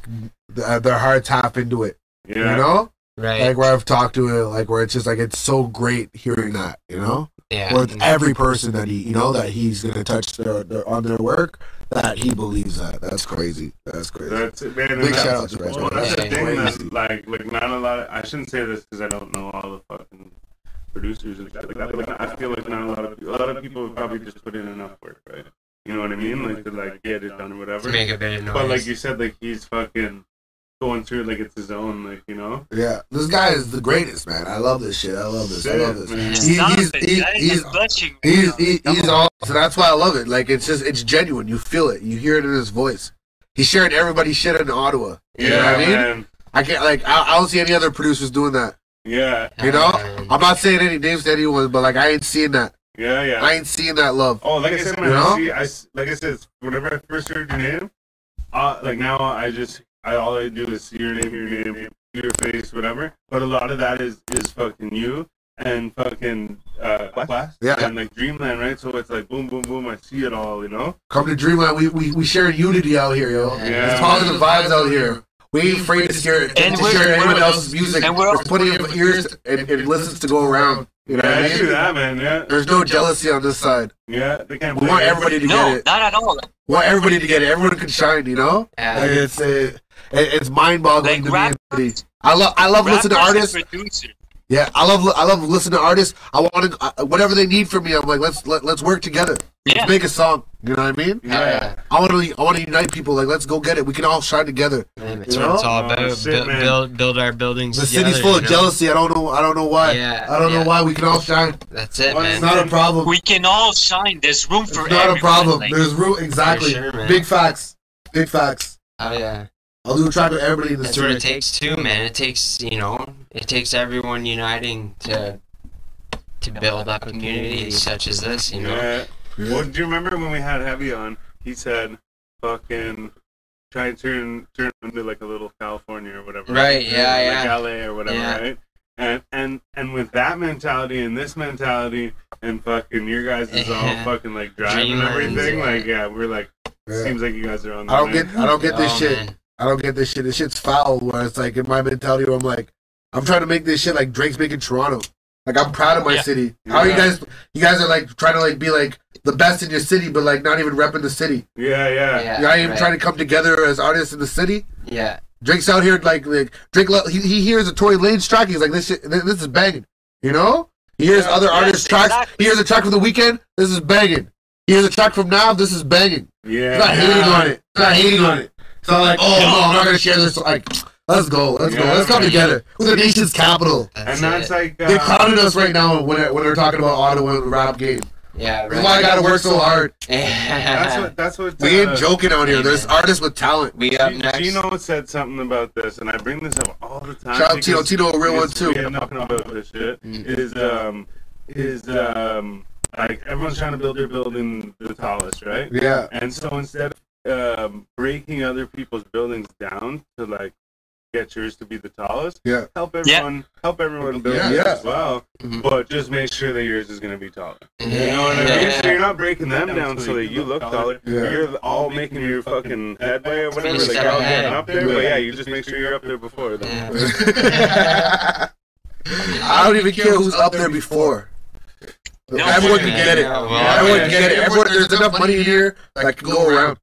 th- uh, their hearts half into it. Yeah. You know? Right. Like, where I've talked to it, like, where it's just like, it's so great hearing that, you know? yeah. Mm-hmm. with every person that he you know that he's gonna touch their, their on their work that he believes that that's crazy that's crazy That's it, man. and Big that's- shout out to Reg, Well, man. that's the That's thing crazy. that, like, like not a lot. Of, I shouldn't say this because I don't know all the fucking producers. and stuff like that, but I feel like not a lot of people. A lot of people probably just put in enough work, right? You know what I mean? Like to like get it done or to whatever. make a bit of noise. But like you said, like he's fucking going through it like it's his own. Like you know. yeah this guy is the greatest man i love this shit i love this i love this Man. He- Stop he's- it, he- guys, he's- I'm blushing right he's now. he, Come he's on. all so that's why i love it like it's just it's genuine you feel it you hear it in his voice he's sharing everybody's shit in ottawa you know what i mean man. i can't like I, I don't see any other producers doing that Yeah, you know Um, i'm not saying any names to anyone but like i ain't seeing that yeah, yeah. i ain't seeing that love Oh, like I said, man, You know? I see, I s- like I said, whenever I first heard your name, uh, like now I just, I all I do is see your name, your name, your face, whatever. But a lot of that is is fucking you and fucking uh, West Yeah. and like Dreamland, right? So it's like boom, boom, boom. I see it all, you know. come to dreamland we we, we share unity out here yo Yeah. It's positive vibes out here. We ain't afraid to hear And and to we're- share anyone we're- else's music. and And we're- we're, plenty of ears and, and listens to go around. You know Yeah, I what I see mean? that, man. Yeah, There's no jealousy on this side. yeah. They can't. We play want it. everybody to no, get it. not at all. We want everybody to get it. Everyone can shine. You know? Like, yeah. it's uh, it, it's mind boggling Like to rap- me. in- I love I love listening to Rappers artists. and producers. Yeah, I love I love listening to artists. I want to I- whatever they need from me. I'm like let's let, let's work together. Yeah. Let's make a song. You know what I mean? Oh, Yeah. I want to I want to unite people. Like let's go get it. We can all shine together. Man, that's You what it's know? all Oh, about. shit, build, man. build build our buildings. The together, city's full you of know? jealousy. I don't know. I don't know why. Yeah. I don't yeah. know why we can all shine. That's it, Why man. is It's not a problem. We can all shine. There's room it's for not everyone. a problem. like- There's room. Exactly. sure, man. Big facts. Big facts. oh yeah. I'll do a track with everybody in this That's what journey. it takes too, man. It takes you know, it takes everyone uniting to to build up communities such as this, you know. Yeah. Well, do you remember when we had Heavy on? He said, "Fucking try and turn turn into like a little California or whatever." Right, yeah, Like yeah. LA or whatever, Yeah. right? And and and with that mentality and this mentality and fucking your guys is Yeah. all fucking like drive and Dreamlands, everything. yeah. Like yeah, we're like Yeah. seems like you guys are on. I don't the get. I don't get this Oh, shit. man. I don't get this shit. This shit's foul. Where it's like in my mentality, where I'm like, I'm trying to make this shit like Drake's making Toronto. Like I'm proud of my Yeah. city. How are you Yeah. guys? You guys are like trying to like be like the best in your city, but like not even repping the city. Yeah, yeah, yeah. Yeah, You're not even right. trying to come together as artists in the city. Yeah, Drake's out here like like Drake. lo- He, he hears a Tory Lanez track. He's like this shit. This this is banging. You know. He hears other Yes, artists' tracks. exactly. He hears a track from the weekend. This is banging. He hears a track from now. This is banging. He's not hating on it. He's not hating on it. It's not like oh no, I'm not gonna share this. Like Let's go. Let's go. Yeah, Let's come man. together. We're the nation's capital. That's And that's it. like. Uh, They clouded us right now when they're, when they're talking about Ottawa and the rap game. yeah, That's why I right. gotta work so hard. That's what. That's what. We ain't uh, joking out here. There's Amen. artists with talent. we up G- next. Gino said something about this, and I bring this up all the time. Shout out Tino, because- Tino, a real one because too. Mm. We had nothing about this shit. Is um, is um, like everyone's trying to build their building the tallest, right? Yeah, And so instead of um, breaking other people's buildings down to like get yours to be the tallest, Yeah. help everyone help everyone build Yeah. yours Yeah. Mm-hmm. as well. Mhm. But just make sure that yours is gonna be taller. You Yeah. know what I mean? So you're not breaking them Yeah. down so that you look taller. Yeah. You're all making your fucking headway or whatever. Finish Like that out there ahead. and up there. But yeah, you just make sure you're up there before them. Yeah. I don't even care who's up there before. No Everyone kidding, can get it. Yeah, well, Everyone yeah. can get it. Everyone, there's enough money here that can go around.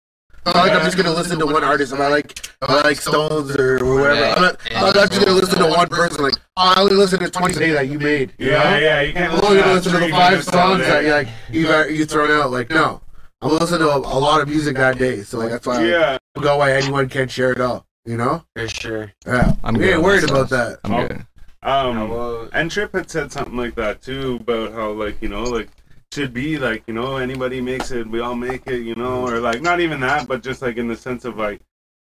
Not like I'm just gonna listen to one artist. I'm like, I like Stones or whatever. I'm not, I'm not just gonna listen to one person. Like, oh, I only listen to 20 today that you made. You Yeah, know? yeah, you can't I'm only gonna listen to the three five minutes all songs day. that you like you you thrown out. Like, no, I'm gonna listen to a, a lot of music that day. So like that's why I Yeah, don't go why anyone can share it all. You know? For sure. Yeah, I'm we good ain't on worried this. about that. I'm Oh. good. Yeah, um, well, and Trip had said something like that too about how like you know like should be like you know anybody makes it, we all make it, you know, or like not even that, but just like in the sense of like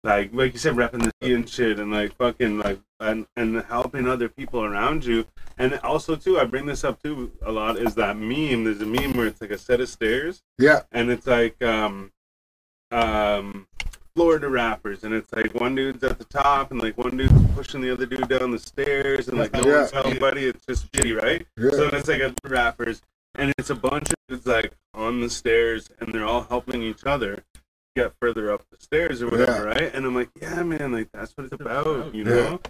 like like you said, repping the sea and shit, and like fucking like and and helping other people around you, and also too, I bring this up too a lot is that meme. There's a meme where it's like a set of stairs, Yeah, and it's like um um Florida rappers and it's like one dude's at the top and like one dude's pushing the other dude down the stairs and like no Yeah. one's helping buddy it's just shitty right so yeah, it's like other rappers and it's a bunch of dudes like on the stairs and they're all helping each other get further up the stairs or whatever right and I'm like yeah man like that's what it's about you Yeah. know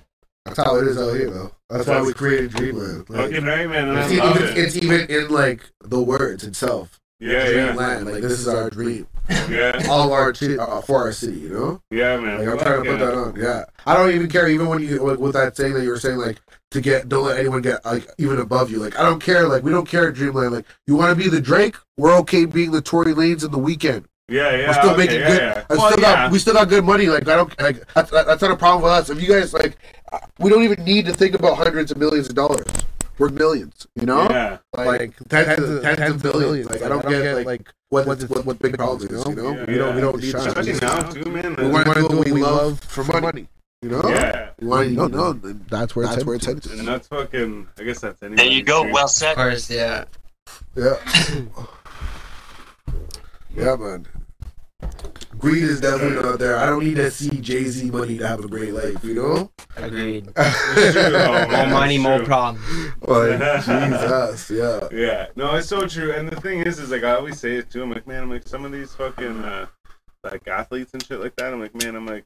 that's how it is out here though. That's why we created Dreamland. Like, fucking right man and I it's, love even, it it's even in like the words itself. yeah yeah Dreamland. Like this is our dream. yeah All of our chi- uh, for our city. You know. yeah man Like I'm Fuck trying to yeah. put that on. Yeah, I don't even care. Even when you like, with that saying that you were saying, like to get don't let anyone get like even above you. Like I don't care. Like we don't care. at Dreamland. Like you want to be the Drake, we're okay being the Tory Lanes in the weekend. yeah yeah we're still okay, making yeah, good. yeah. I Well, still yeah. got, we still got good money. Like I don't like that's, that- that's not a problem with us. If you guys like, uh, we don't even need to think about hundreds of millions of dollars. We're millions, you know, yeah like tens, of, tens of billions. Like I don't get like what what, what, big problems is, you know. Yeah. we don't we don't need Especially that. now too, man. We want to do what we love for money, you know. yeah. Well, no, no, that's where that's where it's headed. And that's fucking. I guess that's anybody. There you go. Well of said. course, yeah. Yeah. yeah, man. Greed is definitely not there. I don't need to see Jay Z money to have a great life, you know? Agreed. More man. like, money, That's more true. problem. Jesus, yeah. Yeah. No, it's so true. And the thing is, is like I always say it too. I'm like, man, I'm like some of these fucking uh, like athletes and shit like that. I'm like, man, I'm like,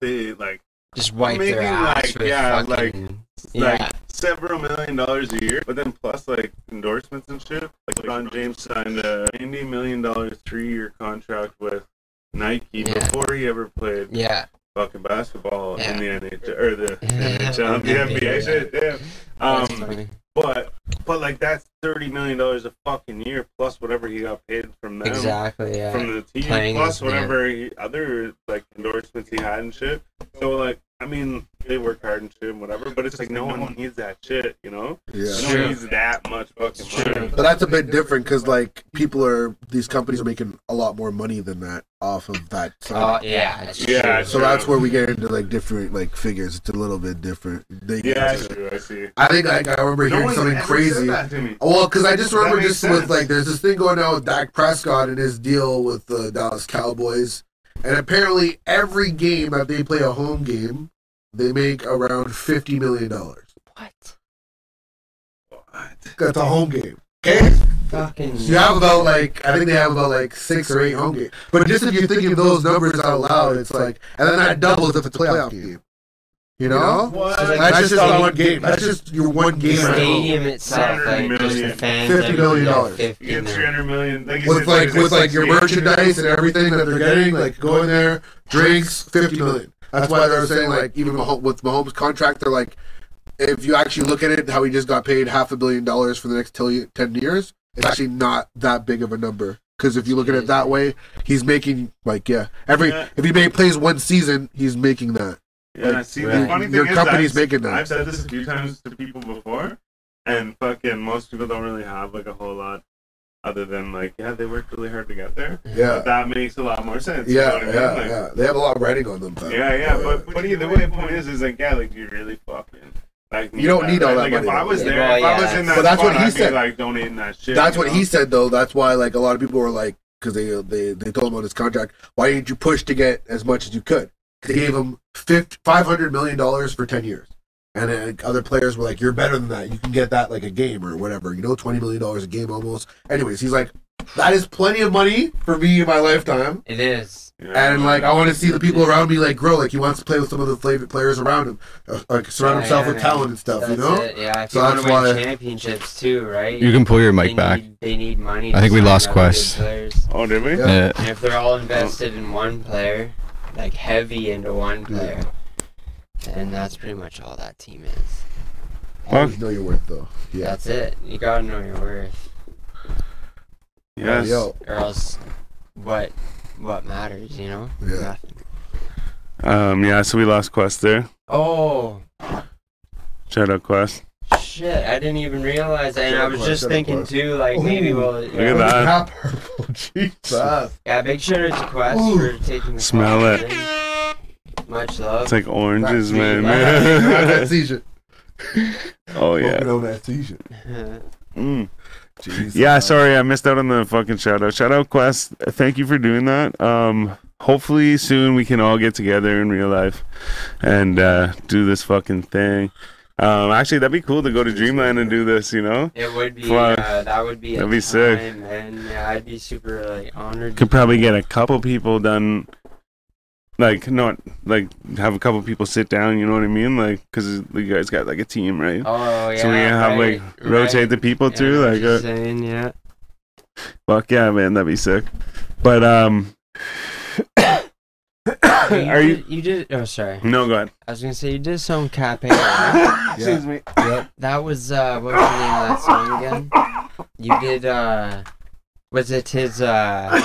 they like Just wipe their Making, ass like, with yeah, fucking. yeah. like several million dollars a year, but then plus like endorsements and shit. Like LeBron James signed a ninety million dollars three year contract with Nike Yeah. before he ever played yeah. fucking basketball Yeah. in the NHL or the NHL, the Yeah. NBA shit. Damn. That's Um, funny. but but like that's thirty million dollars a fucking year plus whatever he got paid from them Exactly, yeah. from the team Playing plus with- yeah. whatever he, other like endorsements he had and shit. So like I mean they work hard and shit and whatever, but it's like no one needs that shit, you know? Yeah. No True. one needs that much fucking money. But that's a bit different because, like, people are, these companies are making a lot more money than that off of that. Oh, song. yeah. It's Uh, Yeah, true. it's- so that's where we get into, like, different, like, figures. It's a little bit different. They, Yeah, that's true, I see. I think, like, I remember No hearing one's something ever said crazy. that to me. Well, because I just That remember makes just sense. with like there's this thing going on with Dak Prescott and his deal with the Dallas Cowboys, and apparently every game that they play a home game, they make around fifty million dollars. What? That's a home game. Okay, Fucking. so you have about like I think they have about like six or eight home games. But just if you're thinking of those numbers out loud, it's like, and then that doubles if it's a playoff game. You know, like, that's, just the on one game. That's just your one The game. at home. stadium itself, like, just the million. fans. $50 million. everything, You get $50 three hundred million like you with said, like it's with like your 68. merchandise and everything that they're getting, like going there, drinks, fifty million. That's why they were saying like even Mah- with Mahomes' contract, they're like, if you actually look at it, how he just got paid half a billion dollars for the next till ye- ten years, it's actually not that big of a number. Because if you look at it that way, he's making like yeah every Yeah. if he may, plays one season, he's making that. Yeah, see, Yeah. the funny thing Your is, company's I've, making that. I've said this a few times to people before, and fucking most people don't really have like a whole lot other than like, yeah, they worked really hard to get there. Yeah. But that makes a lot more sense. you know Yeah, what I mean? yeah, Like, yeah. They have a lot of writing on them. though. Yeah, yeah, but, but either way, the point is, is like, yeah, like, do you really fucking like You don't need all that like, If money, I was though. there, Well, if yeah, I was in that But that's spot, what he I'd said. Be, like donating that shit. That's you what know? he said, though. That's why, like, a lot of people were like, because they, they they told him on his contract, why didn't you push to get as much as you could? 'Cause They gave him fif- five hundred million dollars for ten years, and then, like, other players were like, "You're better than that. You can get that like a game or whatever. You know, twenty million dollars a game almost." Anyways, he's like, "That is plenty of money for me in my lifetime." It is. Yeah. And like I want to see the people around me like grow. Like he wants to play with some of the flavor players around him, Uh, like surround Yeah, himself yeah, with yeah. talent and stuff. That's you know, it. Yeah, if So you want that's to win why- championships too, right? You can pull your they mic back. Need, they need money. I to think we sign lost other good Quest. players. oh, did we? Yeah. Yeah. And if they're all invested in one player, like heavy into one player, then that's pretty much all that team is. always know your worth though. Yeah. That's it. You gotta know your worth, Yes. Yo, or else what what matters, you know? Yeah. Nothing. Um. Yeah. So we lost Quest there. Oh Shout out Quest. shit! I didn't even realize, that. and Shut I up, was Quest, just shut up, thinking Quest. too, like maybe Ooh. we'll. Look at that. Not purple. Jesus. Yeah, big shout out to Quest Ooh. for taking the Smell call. it. Much love. It's like oranges, Not man. that seizure. oh yeah. Fucking on that seizure. Mm. Jesus. Yeah. Sorry, I missed out on the fucking shout out. Shout out Quest. Thank you for doing that. Um. Hopefully soon we can all get together in real life, and uh, do this fucking thing. Um. Actually, that'd be cool to go to Dreamland and do this. You know. It would be. Fuck. Uh, that would be. a That'd be sick. time, man. Yeah, I'd be super like honored. could probably get a couple people done like not like have a couple people sit down you know what i mean like because you guys got like a team right oh yeah. so we can have right, like rotate right. the people Yeah, too I know like what you're uh, saying yeah. fuck yeah man that'd be sick but um are you did- You did. Oh, sorry. no go ahead I was gonna say you did some capping. right? Excuse me that was uh, what was the name of that song again? You did. uh Was it his? uh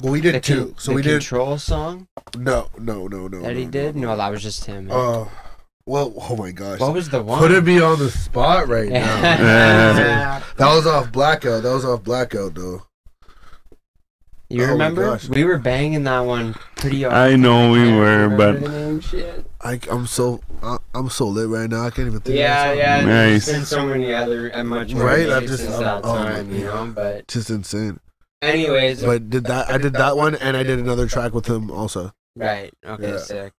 Well, we the did con- two. So the we did. control song No, no, no, no. that no, he no. did. No, that was just him. Oh, well. Oh my gosh. what was the one? Putting me on the spot right now. Yeah. that was off blackout. That was off blackout though. You Oh my remember? gosh. We were banging that one pretty often. i know we can't were remember but the name, shit. I, I'm so I, I'm so lit right now. I can't even think. Yeah, of that song. yeah. Nice. There's been so many other uh, much more Right, I names just- since that oh my time, you know. But Just insane. anyways, But did that? I did that one, and I did another track with him also. right? Okay, Yeah. sick.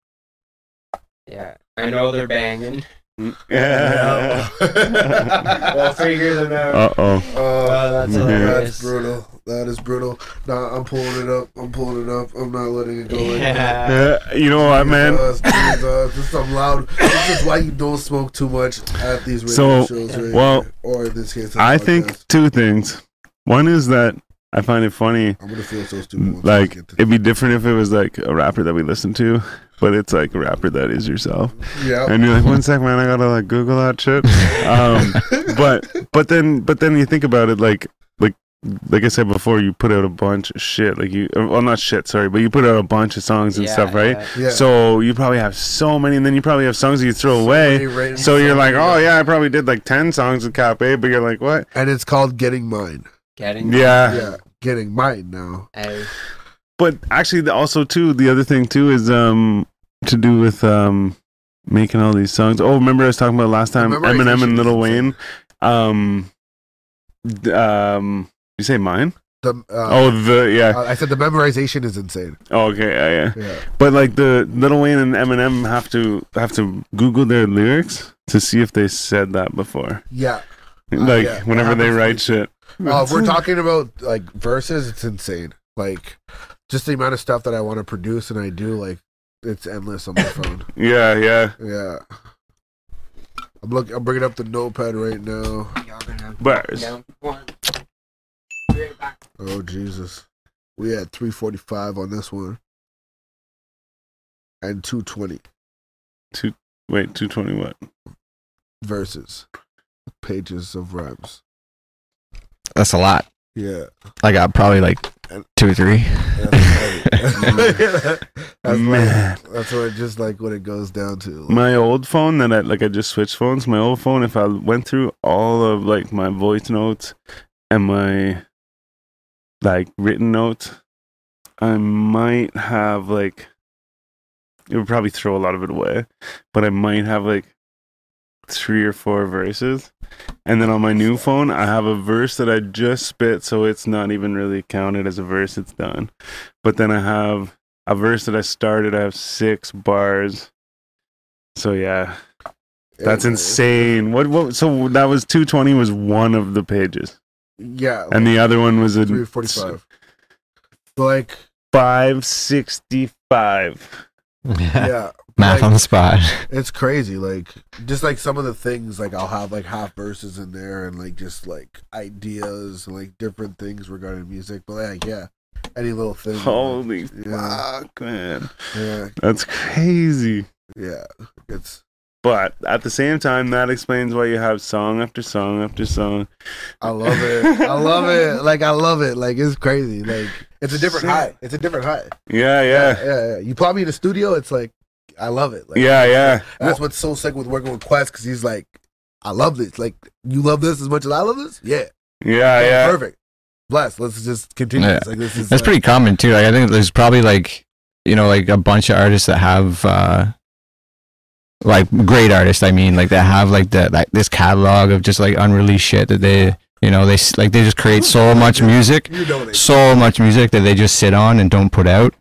Yeah, I know they're banging. yeah we'll uh, figure them out. uh-oh Oh, that's Yeah. hilarious. that's brutal. That is brutal. Nah, I'm pulling it up. I'm pulling it up. I'm not letting it go. like that. Yeah. Uh, you know what man Jesus, Jesus, this is some loud. This is why you don't smoke too much at these radio So, shows, right? well, or in this case, i podcast. think two things one is that i find it funny I'm gonna feel so stupid. once I like get to- it'd be different if it was like a rapper that we listen to but it's like a rapper that is yourself yeah, and you're like one sec man i gotta like google that shit um but but then but then you think about it like like like i said before you put out a bunch of shit like you well not shit sorry but you put out a bunch of songs and Yeah, stuff right yeah. yeah. so you probably have so many and then you probably have songs that you throw away Right in so you're like front of oh you. yeah i probably did like 10 songs with cap a but you're like what and it's called getting mine. Getting yeah Yeah, getting mine now. Hey, but actually the, also too the other thing too is um to do with um making all these songs oh remember i was talking about last time Memorization eminem and little is wayne um d- um you say mine The uh, oh the yeah Uh, I said the memorization is insane. oh, okay yeah, yeah Yeah. but like the little wayne and eminem have to have to google their lyrics to see if they said that before Yeah. like Oh, yeah, that whenever they happens write like- shit Uh, if we're talking about like verses, it's insane. Like just the amount of stuff that I want to produce and I do, like it's endless on my phone. yeah yeah Yeah. I'm look. I'm bringing up the notepad right now. y'all gonna have bars down one. Be right back. Oh Jesus, we had 345 on this one, and 220 wait 220 what verses, pages of rhymes. That's a lot. Yeah, I got probably like two or three. that's Man. What, that's what it just like what it goes down to. Like, my old phone that I like I just switched phones. My old phone, if I went through all of like my voice notes and my like written notes, I might have like it would probably throw a lot of it away, but I might have like three or four verses. And then on my new phone, I have a verse that I just spit, so it's not even really counted as a verse, it's done. But then I have a verse that I started, I have six bars. So yeah, that's anyway. insane. What? What? So that was two twenty was one of the pages, Yeah. and the other one was a three forty five. So like five sixty five. yeah. Math on like, the spot. it's crazy. Like just like some of the things like I'll have like half verses in there and like just like ideas and like different things regarding music. But like yeah. Any little thing. Holy Yeah. fuck, man, Yeah. that's crazy. Yeah. It's But at the same time, that explains why you have song after song after song. I love it. I love it. Like I love it. Like it's crazy. Like it's a different Shit. high. It's a different high. Yeah, yeah, yeah, yeah. You pop me in the studio, it's like I love it. Like, yeah, yeah. and that's what's so sick with working with Quest because he's like, I love this. Like you love this as much as I love this. Yeah, Yeah, Okay, yeah. perfect. Bless. Let's just continue. Yeah. It's Like this is uh, That's like- pretty common too. Like I think there's probably like you know like a bunch of artists that have uh like great artists. I mean like that have like the like this catalog of just like unreleased shit that they you know they s- like they just create so much music You know it. so much music that they just sit on and don't put out.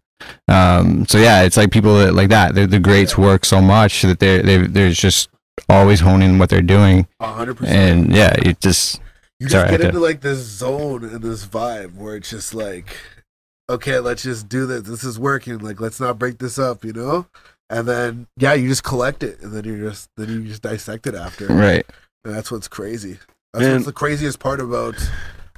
Um, so yeah, it's like people that like that. The, the greats work so much that they they they're just always honing what they're doing. A hundred percent. And yeah, it just You Sorry, just I get had into like this zone and this vibe where it's just like, okay, let's just do this. This is working. Like let's not break this up. You know. And then yeah, you just collect it, and then you just then you just dissect it after. right. And that's what's crazy. That's Man. what's the craziest part about.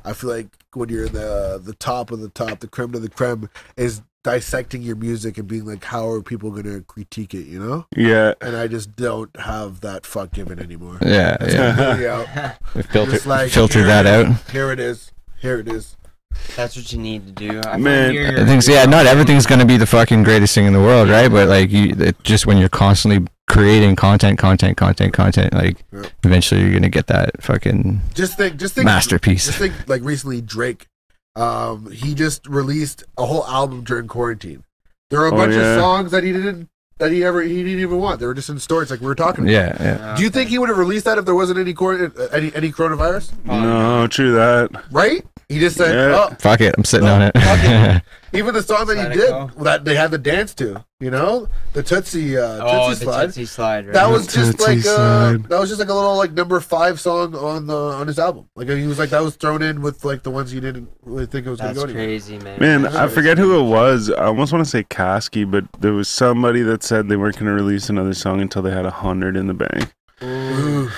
I feel like when you're in the the top of the top, the creme de the creme, is dissecting your music and being like, how are people going to critique it? You know? Yeah. And I just don't have that fuck given anymore. Yeah, yeah. Yeah, Filter Just like filter here that it out. is. Here it is. Here it is. That's what you need to do. I Man, you're- I think so. Yeah, not everything's gonna be the fucking greatest thing in the world, right? But like, you that- just when you're constantly creating content, content, content, content, like Yep. eventually you're gonna get that fucking Just think. Just think. Just masterpiece. think. Like recently, Drake. Um, he just released a whole album during quarantine. There are a Oh, bunch yeah. of songs that he didn't that he ever he didn't even want. They were just in stores, like we were talking. about. Yeah, yeah. Uh, Do you think he would have released that if there wasn't any cor- uh, any any coronavirus? No, true that. Right? He just said, Yeah. "Oh." Fuck it, I'm sitting Oh, on it. fuck it. Even the song that Let he it did, go. that they had the dance to, you know, the Tootsie uh, Tootsie Oh, the slide. Tootsie slide. Right? That The was just Tootsie like uh, Slide. that was just like a little like number five song on the on his album. Like he was like that was thrown in with like the ones you didn't really think it was going That's to go anywhere. crazy, man. Man, That's I crazy. forget who it was. I almost want to say Kasky, but there was somebody that said they weren't going to release another song until they had a hundred in the bank. Ooh,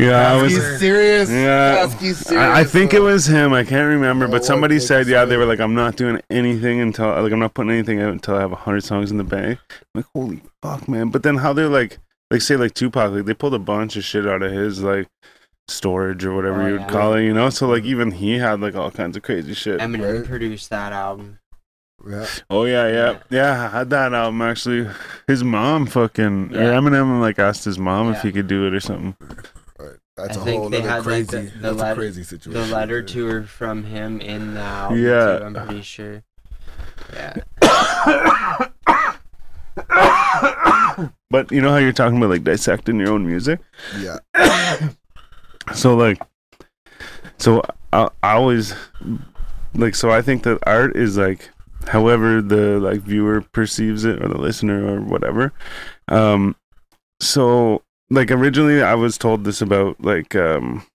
Yeah, I He's was. serious. Yeah. Kasky's serious. I I think it though. was him. I can't remember, Oh, but somebody okay, said, so- yeah, they were like, I'm not doing anything until, like, I'm not putting anything out until I have a hundred songs in the bank. I'm like, holy fuck, man! But then how they're like, like say like Tupac, like they pulled a bunch of shit out of his like storage or whatever Oh, you would yeah. call it, you know? So like even he had like all kinds of crazy shit. Eminem Right. produced that album. Yeah. Oh yeah, yeah, yeah. I had that album actually. His mom fucking or Yeah. Eminem like asked his mom if Yeah. he could do it or something. All right. That's a I think whole they other had, like, crazy. the- the that's a let- crazy The situation. letter man. to her from him in the album. Yeah. too, I'm pretty sure. Yeah. But you know how you're talking about like dissecting your own music. Yeah. So like, so I, I always like so I think that art is like however the like viewer perceives it or the listener or whatever. Um, so like originally I was told this about like um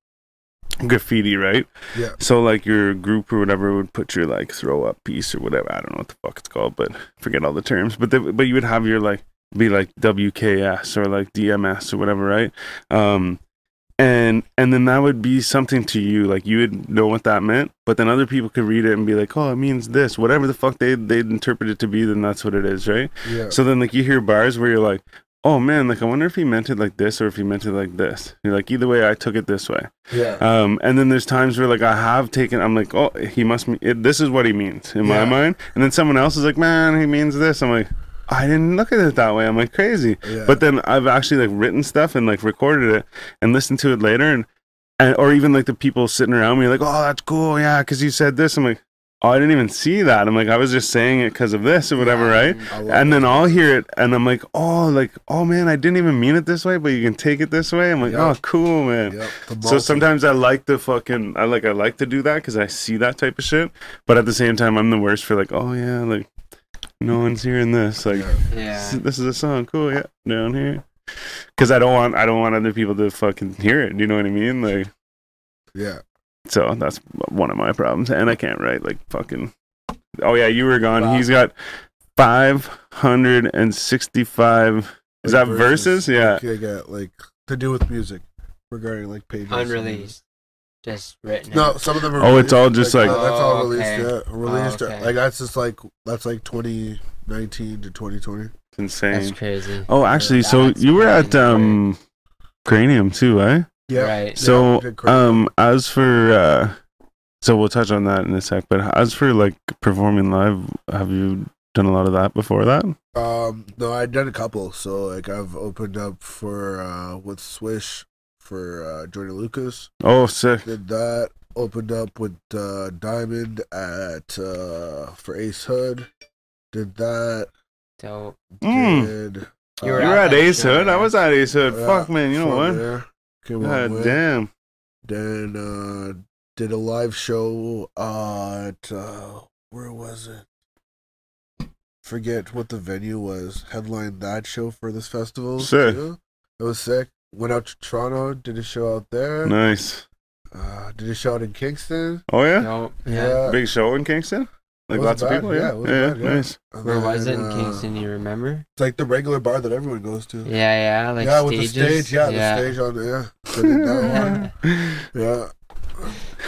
graffiti, right? Yeah. So like your group or whatever would put your like throw up piece or whatever. I don't know what the fuck it's called, but forget all the terms. But they, but you would have your like be like WKS or like DMS or whatever, right? Um and and then that would be something to you like you would know what that meant but then other people could read it and be like oh it means this whatever the fuck they they'd interpret it to be then that's what it is right Yeah. so then like you hear bars where you're like oh man, like I wonder if he meant it like this or if he meant it like this. You're like, either way, I took it this way. Yeah. Um, and then there's times where like I have taken, I'm like, oh, he must. Mean, it, this is what he means in Yeah. my mind. And then someone else is like, man, he means this. I'm like, I didn't look at it that way. I'm like crazy. Yeah. But then I've actually like written stuff and like recorded it and listened to it later and, and or even like the people sitting around me like, oh, that's cool, yeah, because you said this. I'm like, oh, I didn't even see that. I'm like, I was just saying it because of this or whatever, right? I love And that. then I'll hear it and I'm like, oh, like, oh man, I didn't even mean it this way, but you can take it this way. I'm like, Yeah. oh, cool, man. Yep, the So multi- sometimes I like the fucking I like I like to do that because I see that type of shit. But at the same time, I'm the worst for like, oh yeah, like no one's hearing this. Like Yeah. Yeah. this, this is a song, cool, yeah, down here. Because I don't want I don't want other people to fucking hear it. You know what I mean? Like yeah. so that's one of my problems, and I can't write like fucking. Oh yeah, you were gone. He's got five hundred and sixty-five. Is Like that verses? Yeah. Like, yeah, like to do with music regarding like pages. and- Unreleased. Just written. No, some of them are. Oh, it's all just, like- uh, that's all Oh, released. okay. Yeah, released. Oh, okay. Like that's just like that's like 2019 to 2020. It's insane. That's crazy. oh, actually, so That's you were at fucking um, Cranium too, eh? Yeah. Right. So Yeah, good um as for uh so we'll touch on that in a sec, but as for like performing live, have you done a lot of that before that? Um, no, I've done a couple. So like I've opened up for uh with Swish for uh Jordan Lucas. Oh sick. Did that. Opened up with uh Diamond at uh for Ace Hood. Did that. So Mm. Did uh, You You were were at at that Ace show, Hood. I man. was at Ace Hood. Yeah, Fuck man, you know from what? there. Came up God with. damn. Then uh did a live show uh, at uh where was it? Forget what the venue was. Headlined that show for this festival. Sick. too. It was sick. Went out to Toronto, did a show out there. Nice. Uh, did a show out in Kingston. Oh yeah? no. Yeah. Yeah. Big show in Kingston? Like Wasn't lots of bad, people, yeah, yeah. wasn't Yeah, bad, yeah. nice. And Where was it then, in uh, Kingston? You remember? It's like the regular bar that everyone goes to. Yeah, yeah. Like yeah, with stages. the stage. Yeah, the stage on there. Yeah. Did it that one. Yeah.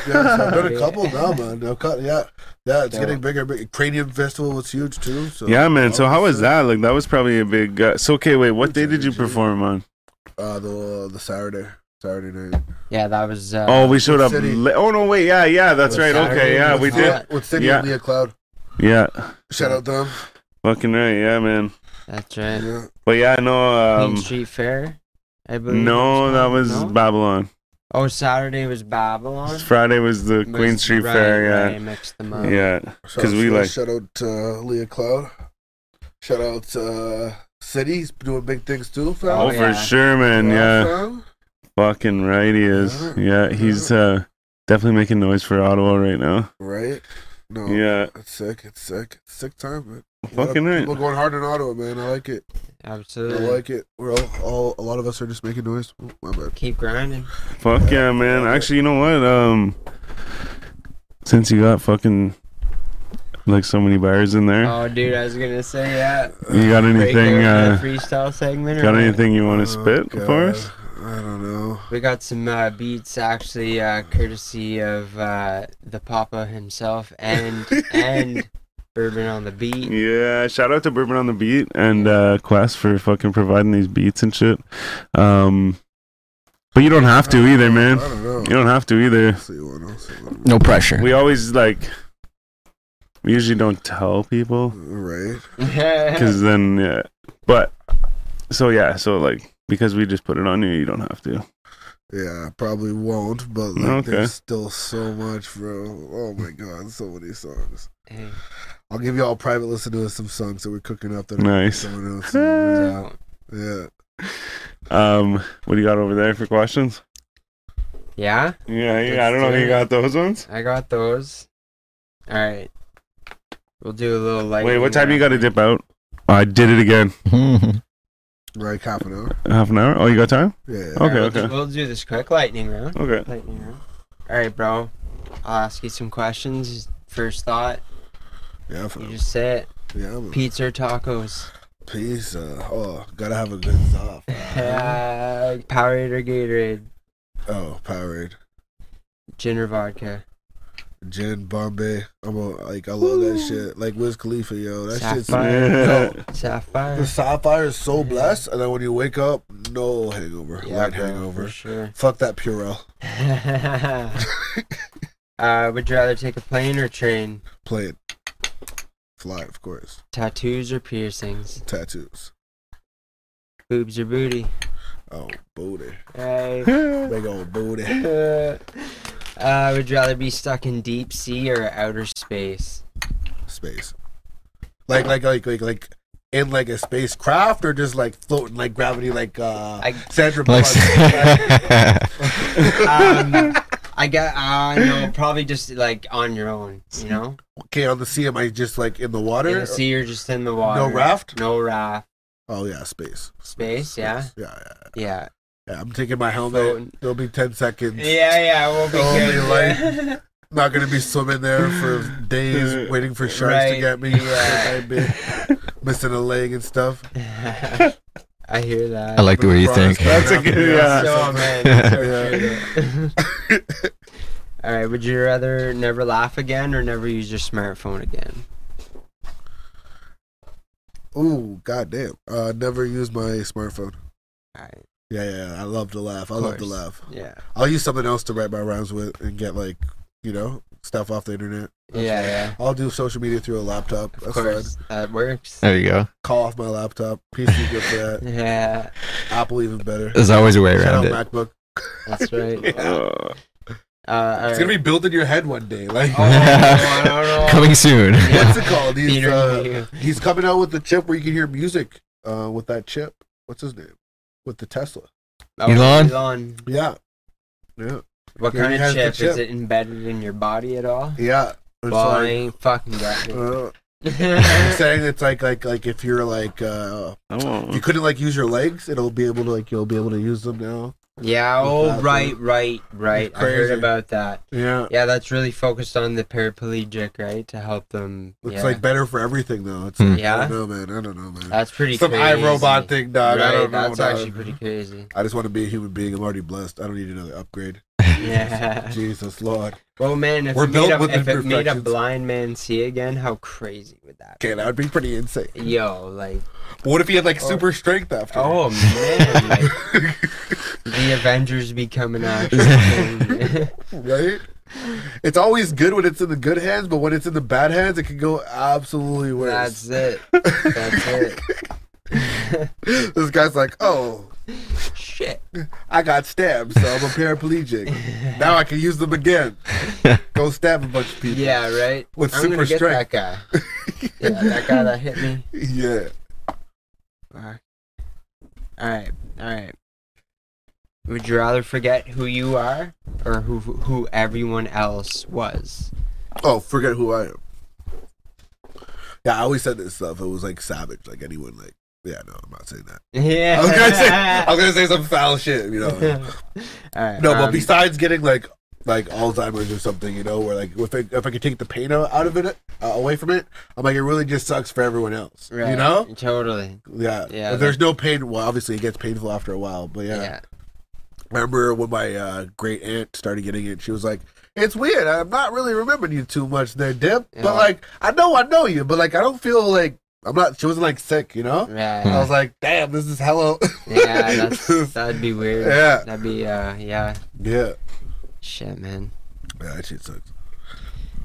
Yeah, so I've done a couple now, man. I've cut, yeah, yeah, it's Yeah. getting bigger. Big. Cranium Festival was huge too. So yeah, man. So how was sick. that? Like that was probably a big uh, so okay, wait, what day did you Huge energy. perform on? Uh, the the Saturday, Saturday night. Yeah, that was. Uh, Oh, we showed up City. la- Oh no, wait, yeah, yeah, that's It right. was Okay, Saturday, yeah, it we was did. hot. With City Yeah. and Leah Cloud. Yeah. Shout out them. Fucking right, yeah, man. That's right. Main Yeah. But yeah, no, um, Street Fair. I believe. no, that was No? Babylon. Oh, Saturday was Babylon. Friday was the Was- Queen Street right, Fair, right, I mixed them yeah, up. yeah. Shout 'Cause out we Swiss, like- Shout out uh, Leah Cloud. Shout out uh, City's doing big things too, fam. Oh, Oh, for yeah. sure, man. Yeah, fam. fucking right, he is. Yeah. Yeah, he's uh definitely making noise for Ottawa right now. Right. No. Yeah, It's sick. It's sick. It's sick time, man. A lot of fucking right. People going hard in Ottawa, man. I like it. I Absolutely. like it. We're all, all a lot of us are just making noise. Oh, my bad. Keep grinding. Fuck yeah, man. Actually, you know what? Um, since you got fucking like so many bars in there, Oh, dude, I was gonna say yeah. you got anything? Regular Uh, freestyle segment. or got what? anything you want Oh, to spit for God. us? I don't know. We got some uh, beats actually, uh, courtesy of uh, the Papa himself and and Bourbon on the beat. Yeah, shout out to Bourbon on the Beat and uh, Quest for fucking providing these beats and shit. Um, but you don't have to either, man. I don't You know. don't have to either. I'll see one. I'll see one. No pressure. We always like, we usually don't tell people Right. because then, yeah. But so yeah, so like because we just put it on you, you don't have to. Yeah, I probably won't, but like Okay. there's still so much, bro. Oh my god, so many songs. Hey, I'll give y'all a private listen to some songs that we're cooking up that are Nice. someone else. so, yeah. Um, what do you got over there for questions? yeah, Yeah, yeah. I don't know if you got those ones. I got those. All right, we'll do a little light. Wait, what time you got to dip out? I did it again. Like half an hour. Half an hour. Oh, you got time? Yeah. Okay, we'll do- okay. we'll do this quick lightning round. Okay. Lightning round. All right, bro. I'll ask you some questions. First thought, Yeah, you fam. just say it. yeah man. Pizza or tacos? Pizza. Oh, gotta have a good sauce. Uh-huh. Uh, Powerade or Gatorade? Oh, Powerade. Gin or vodka? Gin, Bombay. I'm a, like I love that shit. Like Wiz Khalifa, yo, that shit's Sapphire. Yo, the Sapphire. sapphire is so blessed, and then when you wake up, no hangover, light bro, hangover. For sure. Fuck that Purell uh, would you rather take a plane or train? Play it. Fly, of course. Tattoos or piercings? Tattoos. Boobs or booty? Oh, booty. Hey. Big old booty. uh, would you rather be stuck in deep sea or outer space? Space. Like, like, like, like, like, in like a spacecraft or just like floating, like gravity, like uh, I- Sandra Like, Bullock. Like- Um, I got, uh, no, probably just like on your own, you know? okay, on the sea, am I just like in the water? In the sea, you're just in the water. No raft? No raft. Oh yeah, space. Space, yeah? Yeah, yeah, Yeah. yeah. I'm taking my Floating. helmet. There'll be ten seconds. Yeah, yeah, we'll be Only good. light Not gonna be swimming there for days, waiting for sharks Right, to get me. yeah. I'd be missing a leg and stuff. I hear that. I like the way you Bronze think. coming That's a up, good- yeah. So, man, All right. Would you rather never laugh again or never use your smartphone again? Ooh, goddamn. Uh, never use my smartphone. All right. Yeah, yeah, yeah. I love to laugh. I love to course. laugh. Yeah. I'll use something else to write my rhymes with and get like, you know, stuff off the internet. Yeah. Yeah. I'll do social media through a laptop. Of That's fine. course. That works. There you go. Call off my laptop. PC good for that. Yeah. Apple even better. There's always a way Shout out around it. MacBook. That's right. Uh, Uh, all It's gonna be right. built in your head one day. Like Oh, I don't know. Coming soon. Yeah. what's it called? He's Peter uh, Mayhew. he's coming out with the chip where you can hear music. Uh, with that chip. What's his name? With the Tesla. Oh, Elon? Elon. Yeah. Yeah. What Here he kind of has the chip? Is chip. it embedded in your body at all? Yeah. It's Well, I like, ain't fucking got it. uh, I'm saying it's like like like if you're like uh oh. if you couldn't like use your legs, it'll be able to like you'll be able to use them now. yeah. Oh, Exactly. right, right, right. I heard Crazy. about that. Yeah. Yeah, that's really focused on the paraplegic, right? To help them. It's yeah. like better for everything though. It's Hmm. like, I Yeah? don't know, man. I don't know, man. that's pretty Some crazy. iRobot thing, dog. Right, I don't know. uh, that's dog. actually pretty crazy. I just want to be a human being. I'm already blessed. I don't need another upgrade. Yeah. Jesus Lord. Well, man, if, We're it built made, a, with if it made a imperfections. blind man see again, how crazy would that be? Okay, that would be pretty insane. Yo, like, What if he had like Oh. super strength after? oh man, like, the Avengers be coming after him. right? It's always good when it's in the good hands, but when it's in the bad hands, it can go absolutely worse. That's it. That's it. this guy's like, oh, Shit. I got stabbed, so I'm a paraplegic. now I can use them again. go stab a bunch of people. Yeah, right. With I'm super gonna get strength. that guy. Yeah, that guy that hit me. Yeah. Fuck. Alright, alright. Would you rather forget who you are or who who everyone else was? Oh, forget who I am. Yeah, I always said this stuff. It was like savage, like anyone, like yeah, no, I'm not saying that. Yeah. I was gonna say, I was gonna say some foul shit, you know. Alright, No, but um, besides getting like like Alzheimer's or something, you know, where like if I, if I could take the pain out out of it, uh, away from it, I'm like it really just sucks for everyone else, you right, know? Totally. Yeah. Yeah, If there's no pain, well, obviously it gets painful after a while, but Yeah. yeah. remember when my uh, great aunt started getting it? She was like, "It's weird. I'm not really remembering you too much there, Dip. Yeah. But like, I know I know you, but like, I don't feel like I'm not. She wasn't like sick, you know. I Right. was like, damn, this is hello. Yeah, that's, that'd be weird. Yeah. That'd be uh yeah. yeah. Shit man. Yeah, that shit sucks.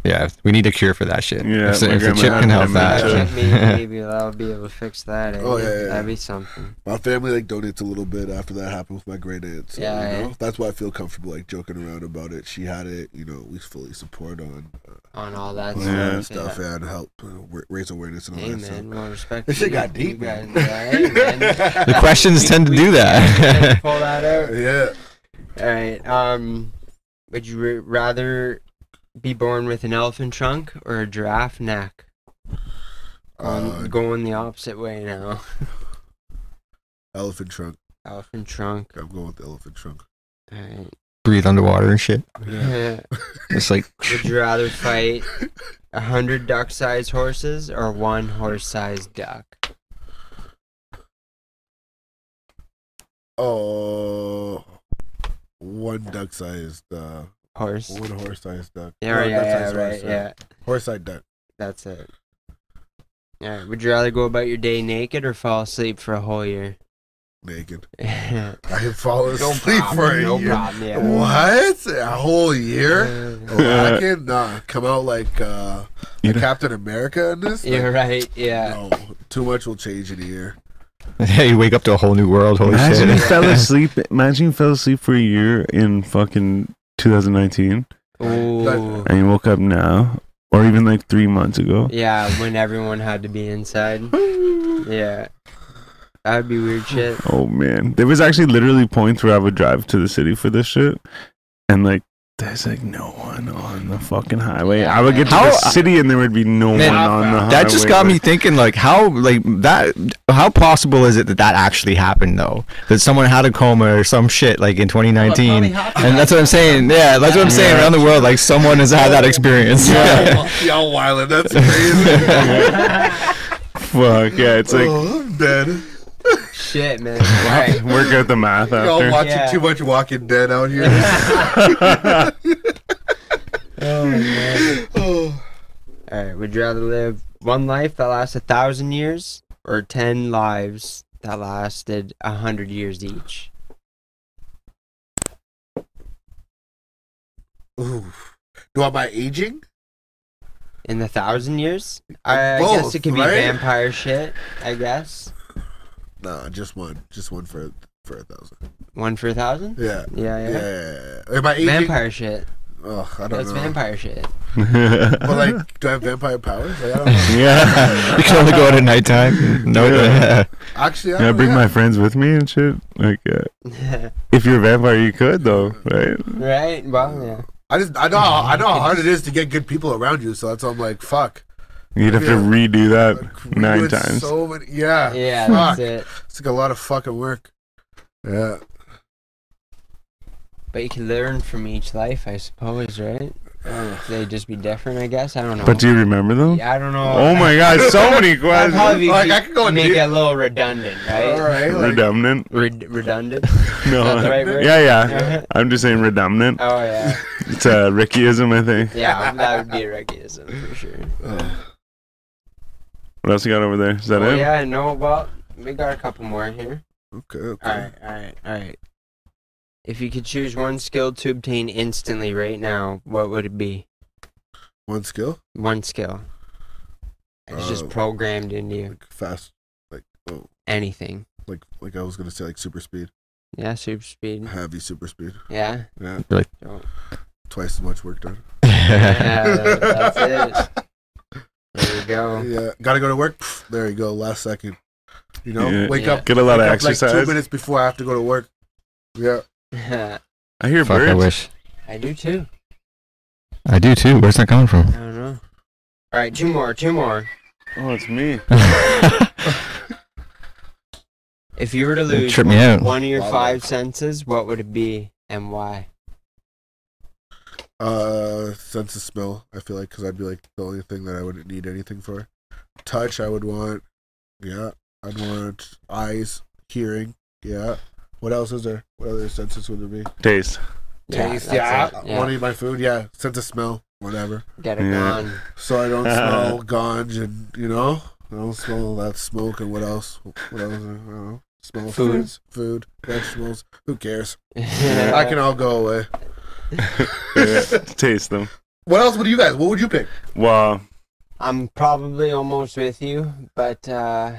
Yeah, we need a cure for that shit. Yeah, if, the- my if the grandma chip had can help dementia. that. Gotcha. Maybe, maybe I'll be able to fix that. eh? Oh, yeah, yeah, yeah. That'd be something. My family like donates a little bit after that happened with my great aunt. So, Yeah, you know, eh? that's why I feel comfortable like joking around about it. She had it, you know. We fully support on uh, On all that on Yeah. that stuff and help uh, wa- raise awareness and all Hey that stuff. man, well respect. This to shit you. got You deep, man. guys- yeah, hey, man. The questions We- tend to we- do we that. pull that out. Yeah. All right. Um, would you ra- rather be born with an elephant trunk or a giraffe neck? Um, Uh, going the opposite way now. elephant trunk. Elephant trunk. I'm going with the elephant trunk. All right. Breathe underwater and shit. It's like would you rather fight a hundred duck-sized horses or one horse-sized duck? Oh, one duck sized uh, Horse. What would a horse sized duck? Yeah, Or right, a yeah, yeah, duck-sized horse, right, yeah. Horse sized duck. That's it. All right. Would you rather go about your day naked or fall asleep for a whole year? Naked. no I can fall asleep problem, for a no year. problem. Yeah. What? A whole year? Uh, Oh, I can nah, come out like uh, You like know- Captain America in this. You're right. Yeah. No, too much will change in a year. Yeah, you wake up to a whole new world. Holy Imagine shit! you fell asleep. Imagine you fell asleep for a year in fucking 2019, Ooh. and you woke up now, or even like three months ago. Yeah. When everyone had to be inside. Yeah. That would be weird shit. Oh man, there was actually literally points where I would drive to the city for this shit, and like there's like no one on the fucking highway. I would get to the How- city and there would be no Man, one on the highway. That just got me thinking, like how, like that, how possible is it that that actually happened though? That someone had a coma or some shit like in 2019, and that's what I'm saying. Yeah, that's what I'm saying. Around the world, like someone has had that experience. Yeah. Y'all wildin', that's amazing. Fuck yeah, it's like oh, I'm dead. Shit, man. All Oh. right. work out the math Y'all after. watching Yeah. too much Walking Dead out here. oh, All right. Would you rather live one life that lasts a thousand years or ten lives that lasted a hundred years each? oof. Do am I aging? In the thousand years? I, I guess Both, it could be right? vampire shit. I guess Nah, just one. Just one for for a thousand. one for a thousand. Yeah. Yeah. Yeah, yeah. yeah, yeah. Am I aging? Vampire shit. Oh, I don't That's know. vampire shit. But like, do I have vampire powers? Like, I don't know. yeah. you can only go out at nighttime. No, Yeah. Actually, I Can I don't bring know. my friends with me and shit? Like, uh, if you're a vampire, you could though, right? right? Well, yeah. I just I know how, I know how hard it is to get good people around you, so that's why I'm like, fuck. You'd have to Yeah. redo Like, that we nine went times. So many, yeah, Ah, Yeah, Fuck. that's it. It's like a lot of fucking work. Yeah, But you can learn from each life, I suppose, right? Ugh. They'd just be different, I guess. I don't know. But do you remember them? yeah, I don't know. Oh my god, so many I'd questions. probably Like, be- I could go in make deep. it a little redundant, right? all right. Like, Redundant. Red- redundant. No. that the right word? yeah, yeah. Yeah. I'm just saying redundant. Oh yeah, It's a Rickyism, I think. yeah. That would be a Reggieism for sure. ugh. What else you got over there? Is that Well, it? Oh, yeah, no. Well, we got a couple more here. okay, okay. All right, all right, all right. If you could choose one skill to obtain instantly right now, what would it be? One skill, One skill. It's Uh, just programmed into you. like fast, like oh, Anything. like like I was gonna say, like super speed, Yeah, super speed. heavy super speed. Yeah. Yeah, Really? Don't- twice as much work done. yeah. yeah that- that's it. There you go. Yeah, gotta go to work. Pff, there you go. Last second, you know, Yeah. wake Yeah. up. Get a lot wake of up, like, exercise. two minutes before I have to go to work. Yeah, I hear Fuck, birds. I wish. I do too. I do too. Where's that coming I from? don't know. All right, two more, two more. Oh, it's me. If you were to It lose tripped me out. one of your Wow. five senses, what would it be and why? uh, sense of smell. I feel like because I'd be like the only thing that I wouldn't need anything for. Touch, I would want. Yeah, I'd want eyes, hearing. Yeah. What else is there? What other senses would there be? Taste. Taste. that's Yeah, it, I want to eat my food. Yeah, sense of smell. Whatever. Get it Yeah. gone. So I don't smell ganj and you know I don't smell that smoke and what else? What else? I don't know. Smell Food. fruits, food, vegetables. Who cares? Yeah. I can all go away. Yeah, Taste them. What else would you guys? What would you pick? Wow. I'm probably almost with you, but uh,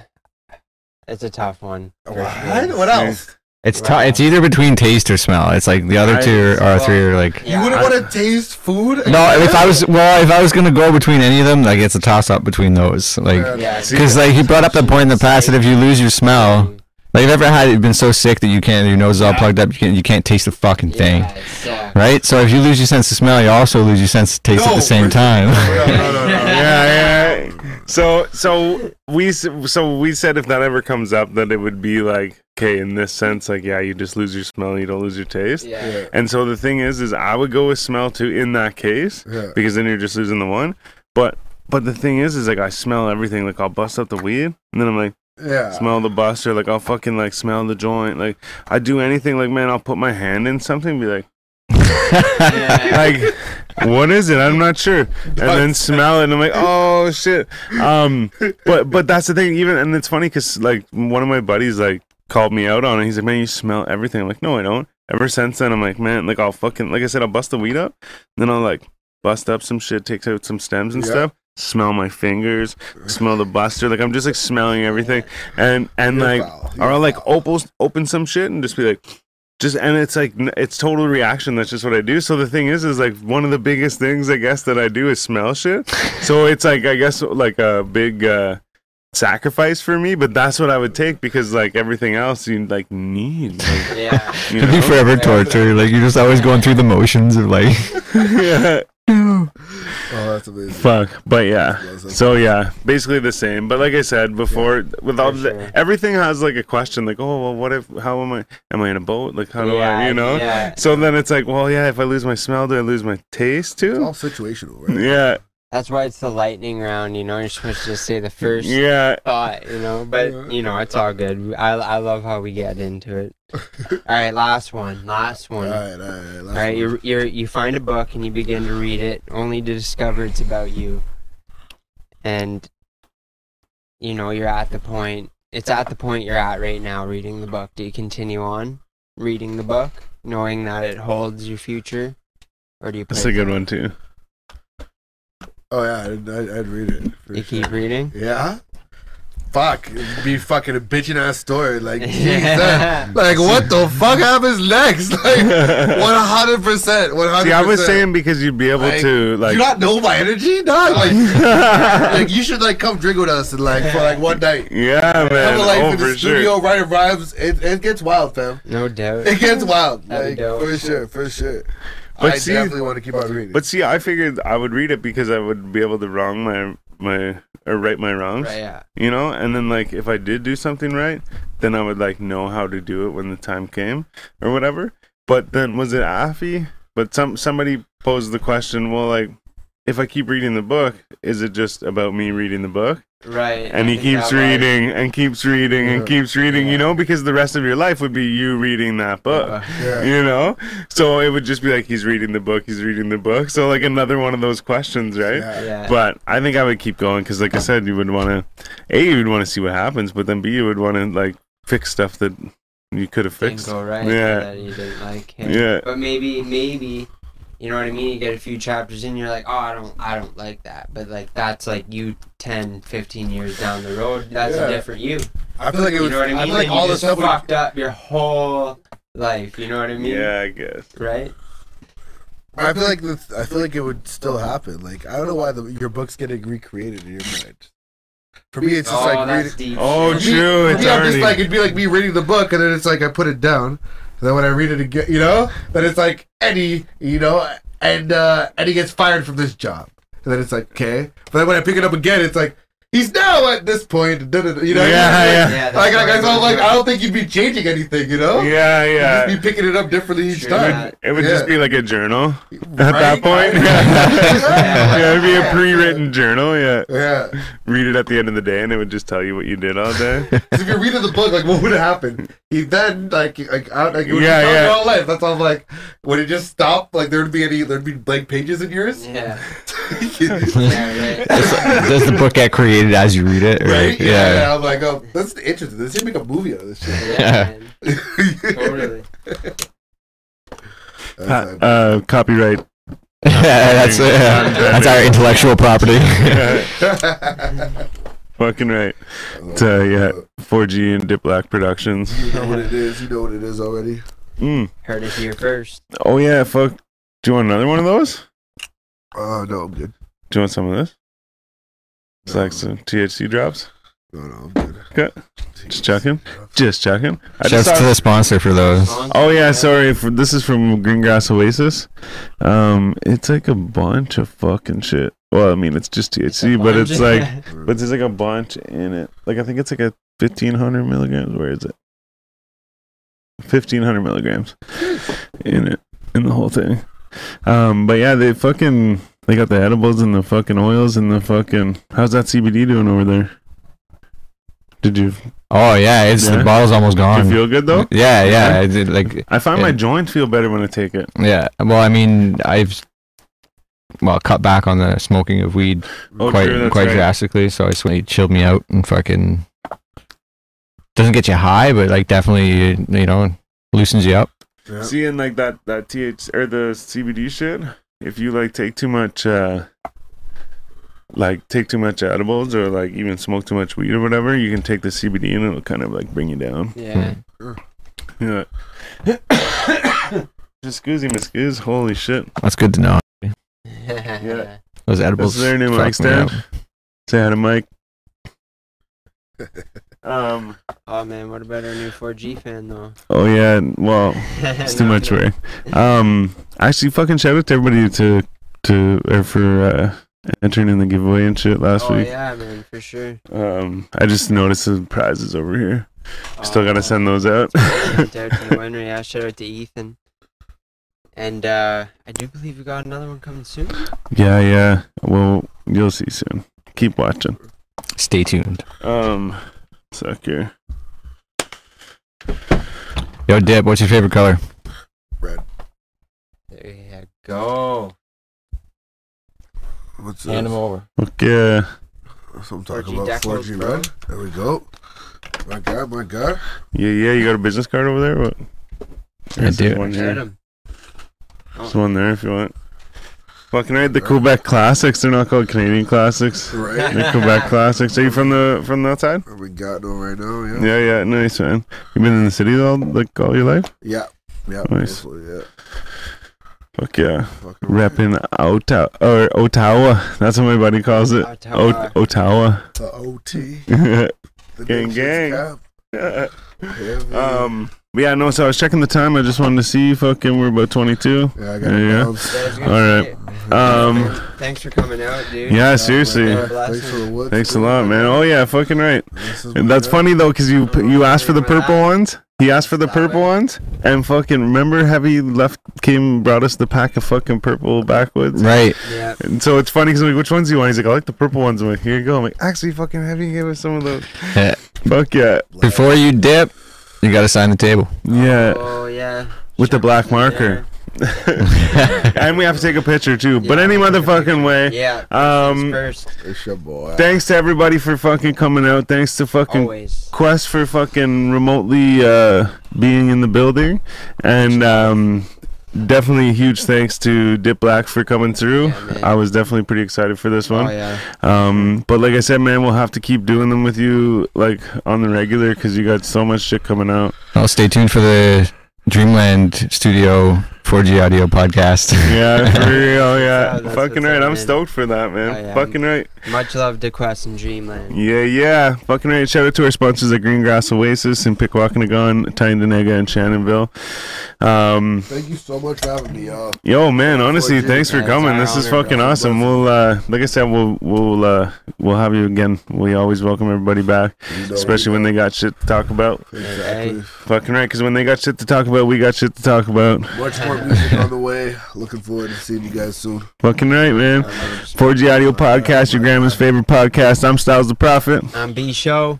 it's a tough one. for What? sure. What else? It's t- it's either between taste or smell. It's like the other I- two are, are three are like. Yeah, you wouldn't I- want to taste food? No, if I was well, if I was gonna go between any of them, like it's a toss up between those. Like, Yeah, because like he brought up the point in the past that if you lose your smell, like you've ever had it, you've been so sick that you can't, your nose is all plugged up, you can't, you can't taste the fucking thing, Yeah, it sucks. right? So if you lose your sense of smell, you also lose your sense of taste at No, the same we're- No, time. no, no, no. yeah, yeah. So, so we, s- so we said if that ever comes up, that it would be like, okay, in this sense, like, yeah, you just lose your smell, you don't lose your taste. Yeah. Yeah. And so the thing is, is I would go with smell too in that case Yeah. because then you're just losing the one. But, but the thing is, is like I smell everything. Like I'll bust up the weed, and then I'm like Yeah. smell the bust, or like I'll fucking like smell the joint. Like I do anything. Like man, I'll put my hand in something, and be like. Yeah. like what is it i'm not sure and then smell it and i'm like oh shit um but but that's the thing even and it's funny because like one of my buddies like called me out on it he's like man you smell everything i'm like no i don't ever since then i'm like man like i'll fucking like i said i'll bust the weed up then i'll like bust up some shit takes out some stems and Yeah. stuff smell my fingers smell the buster like i'm just like smelling everything and and You're like foul. or You're I'll like foul. opals open some shit and just be like just and it's like n- it's total reaction that's just what i do so the thing is is like one of the biggest things i guess that i do is smell shit so it's like i guess like a big uh sacrifice for me but that's what i would take because like everything else you like need like, yeah. you It'd be know? forever torture. Like you're just always going through the motions of like. yeah Oh, that's amazing. fuck but yeah That's- that's- so yeah basically the same but like i said before with all the, sure. everything has like a question like oh well what if how am i am i in a boat like how do i Yeah, you know Yeah. So then it's like, well, yeah, if I lose my smell, do I lose my taste It's all too? situational, right? Yeah, That's why it's the lightning round, you know? You're supposed to say the first yeah. thought, you know? Yeah. But, you know, it's all good. I, I love how we get into it. all right, last one. Last All one. All right, all right, all right, you you you find a book and you begin to read it, only to discover it's about you. And, you know, you're at the point, it's at the point you're at right now reading the book. Do you continue on reading the book, knowing that it holds your future? Or do you put That's it a good down? one too. Oh yeah, I'd, I'd, I'd read it. for You sure. keep reading? Yeah. Fuck, it'd be fucking a bitching ass story. Like, Jesus. like what the fuck happens next? Like, one hundred percent, one hundred. See, I was saying because you'd be able Like, to you like. not know my energy, dog. Like, like you should like come drink with us and like for like one night. yeah, man. Come to life Oh, in for the studio, sure. writing rhymes. It, it gets wild, fam. No doubt. It gets wild. That'd Like, be dope. for sure, for sure. But I see- definitely want to keep on reading. But see, I figured I would read it because I would be able to wrong my my or right my wrongs, Right, yeah. you know. And then like if I did do something right, then I would like know how to do it when the time came or whatever. But then was it Afi? But some somebody posed the question. Well, like if I keep reading the book, is it just about me reading the book? Right. and he I think keeps that was- reading and keeps reading and Yeah. keeps reading, you know, because the rest of your life would be you reading that uh, book. yeah. You know? So it would just be like he's reading the book, he's reading the book. So like another one of those questions, right? Yeah. Yeah. But I think I would keep going cuz like I said you would want to A you would want to see what happens, but then B you would want to like fix stuff that you could have Things fixed. go right. Yeah. That he didn't like him. Yeah. But maybe, maybe, you know what I mean? You get a few chapters in, you're like, oh, I don't, I don't like that. But like, that's like you 10, 15 years down the road. That's Yeah. a different you. I feel like it You was. know what I mean? I feel like you all the just stuff. we- fucked up your whole life. You know what I mean? Yeah, I guess. Right. I feel like this, I feel like it would still happen. Like I don't know why the, your book's getting recreated in your mind. For me, it's just oh, like that's reading. deep. Oh, shit. For me- true. for It's me, I'm just already like it'd be like me reading the book, and then it's like I put it down, and then when I read it again, you know, then it's like Eddie, you know, and uh, Eddie gets fired from this job, and then it's like okay, but then when I pick it up again, it's like he's now at this point, da, da, da, you know, Yeah, like, yeah. Yeah, like, that's like, right. so, like I don't think you'd be changing anything, you know, Yeah, yeah. You'd just be picking it up differently each Sure, time. it would just Yeah. be like a journal at that Right? point. Yeah. yeah, it'd be a pre-written journal. Yeah, Yeah. read it at the end of the day, and it would just tell you what you did all day. 'Cause if you're reading the book, like, what would happen? He then, like, like, out, like, it would Yeah, yeah, yeah. your whole life. That's all. Like, would it just stop? Like, there'd be any, there'd be blank pages in yours. Yeah. right? yeah right. Does the book get created as you read it? Right. Yeah. Yeah. I'm like, oh, that's interesting. They should make a movie out of this shit. Yeah, man. Totally. That's, uh, Pa- uh, copyright. that's yeah. that's our intellectual property. Yeah, fucking right. It's, uh, yeah, 4G and Diplock Productions. You know what it is. You know what it is already. Mm. Heard it here first. Oh yeah, fuck. Do you want another one of those? Oh no, I'm good. Do you want some of this? It's No, like some THC drops. no, no, I'm good. Okay. Just checking. Just checking. I just Shouts saw- to the sponsor for those. Oh yeah, sorry. For, this is from Greengrass Oasis. Um, it's like a bunch of fucking shit. Well, I mean, it's just THC, but it's like, but there's like a bunch in it. Like I think it's like a fifteen hundred milligrams. Where is it? Fifteen hundred milligrams in it in the whole thing. Um, but yeah, they fucking they got the edibles and the fucking oils and the fucking. How's that CBD doing over there? Did you, Oh yeah, it's Yeah. the bottle's almost you gone. feel good though? yeah, yeah. Yeah. I did, like I find my Yeah. joints feel better when I take it. yeah. Well, I mean, I've well cut back on the smoking of weed Oh, quite true, that's quite right. drastically. So I swear it chilled me out and fucking doesn't get you high, but like definitely you know loosens you up. Yeah. Seeing like that that th or the CBD shit. If you like take too much, uh like take too much edibles or like even smoke too much weed or whatever, you can take the CBD and it'll kind of like bring you down. Hmm. Yeah. Yeah. Excuse me, excuse. Holy shit! That's good to know. Yeah. Those edibles. This is their new fuck mic me stand. up. Say hi to Mike. um. Oh man, what about our new 4G fan though? Oh yeah. Well, it's too much work. Um. Actually, fucking shout out to everybody to to or for uh, entering in the giveaway and shit last Oh week. yeah, man, for sure. Um. I just noticed the prizes over here. Still gotta Uh, send those out. Shout out to the winner, yeah. Shout out to Ethan. And uh, I do believe we got another one coming soon. yeah. Yeah. Well, you'll see soon. Keep watching. Stay tuned. Um. Sucker. Yo, Dip, what's your favorite color? There you go. What's this? Hand him over. Okay. That's what I'm talking 4G about. decals, 4G bro. red. There we go. My God, my God. Yeah. Yeah. You got a business card over there? What? I There's do. one here. Shout him. There's one there if you want. Fucking right, the Quebec classics. They're not called Canadian classics. Right? They're Quebec classics. Are you from the from that side? what we got on right now, yeah? Yeah, yeah, nice man. You've been in the city all like all your life? Yeah. Yeah. Nice. hopefully, Yeah. Fuck yeah. Fucking Reppin' Ottawa or Ottawa. That's what my buddy calls Oh, it. Oh, Ottawa. O- Ottawa. The OT. The Gang, nation's gang. cap. Heavy. um but yeah, no, so I was checking the time. I just wanted to see fucking we're about twenty two. yeah, I got yeah, yeah. yeah. That was good All shit. Um Thanks for coming out, dude. yeah, seriously. Thanks for the woods. Thanks a lot, man. Oh yeah, fucking right. This is And my that's guy. funny though, because you p- you asked for the purple ones. He asked for the Stop it. purple ones, and fucking remember, Heavy left came brought us the pack of fucking purple backwoods. Right. Yeah. And so it's funny because I'm like, which ones do you want? He's like, I like the purple ones. I'm like, here you go. I'm like, actually, fucking Heavy gave us some of those. Yeah. Fuck yeah, Before you dip, you gotta sign the table. yeah. Oh yeah. With the Shout black out to marker. and we have to take a picture too. But Yeah. any motherfucking there. way. Yeah. Um, first, It's your boy. thanks to everybody for fucking coming out. Thanks to fucking always. quest for fucking remotely uh, being in the building, and um, definitely huge thanks to Dip Black for coming through. Yeah, man. I was definitely pretty excited for this Oh one. yeah. Um, but like I said, man, we'll have to keep doing them with you like on the regular because you got so much shit coming out. Oh, stay tuned for the Dreamland Studio 4G Audio podcast. Yeah, for Yeah, real. Yeah, that's fucking what's right. up, I'm man. stoked for that, man. I am. Fucking right. Much love to Quest and Dreamland. Yeah, yeah. Fucking right. Shout out to our sponsors at Greengrass Oasis and Pickwackinagon, Tyndonega, and Shannonville. Um, Thank you so much for having me, y'all. Yo, man. Honestly, Fortune. thanks for Yeah, it's coming. our This is honor, fucking bro. awesome. We'll, uh, like I said, we'll we'll uh, we'll have you again. We always welcome everybody back, You know, especially when they got shit to talk about. exactly. Fucking right, because when they got shit to talk about, we got shit to talk about. Much more music on the way. Looking forward to seeing you guys soon. Fucking right, man. 4G Audio Podcast, your grandma's favorite podcast. I'm Styles the Prophet. I'm B Show.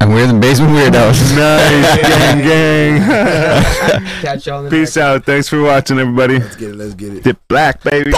and we're the basement weirdos. Nice, gang, gang. Catch y'all in the next Peace out. Thanks for watching, everybody. Let's get it. Let's get it. Dip black, baby.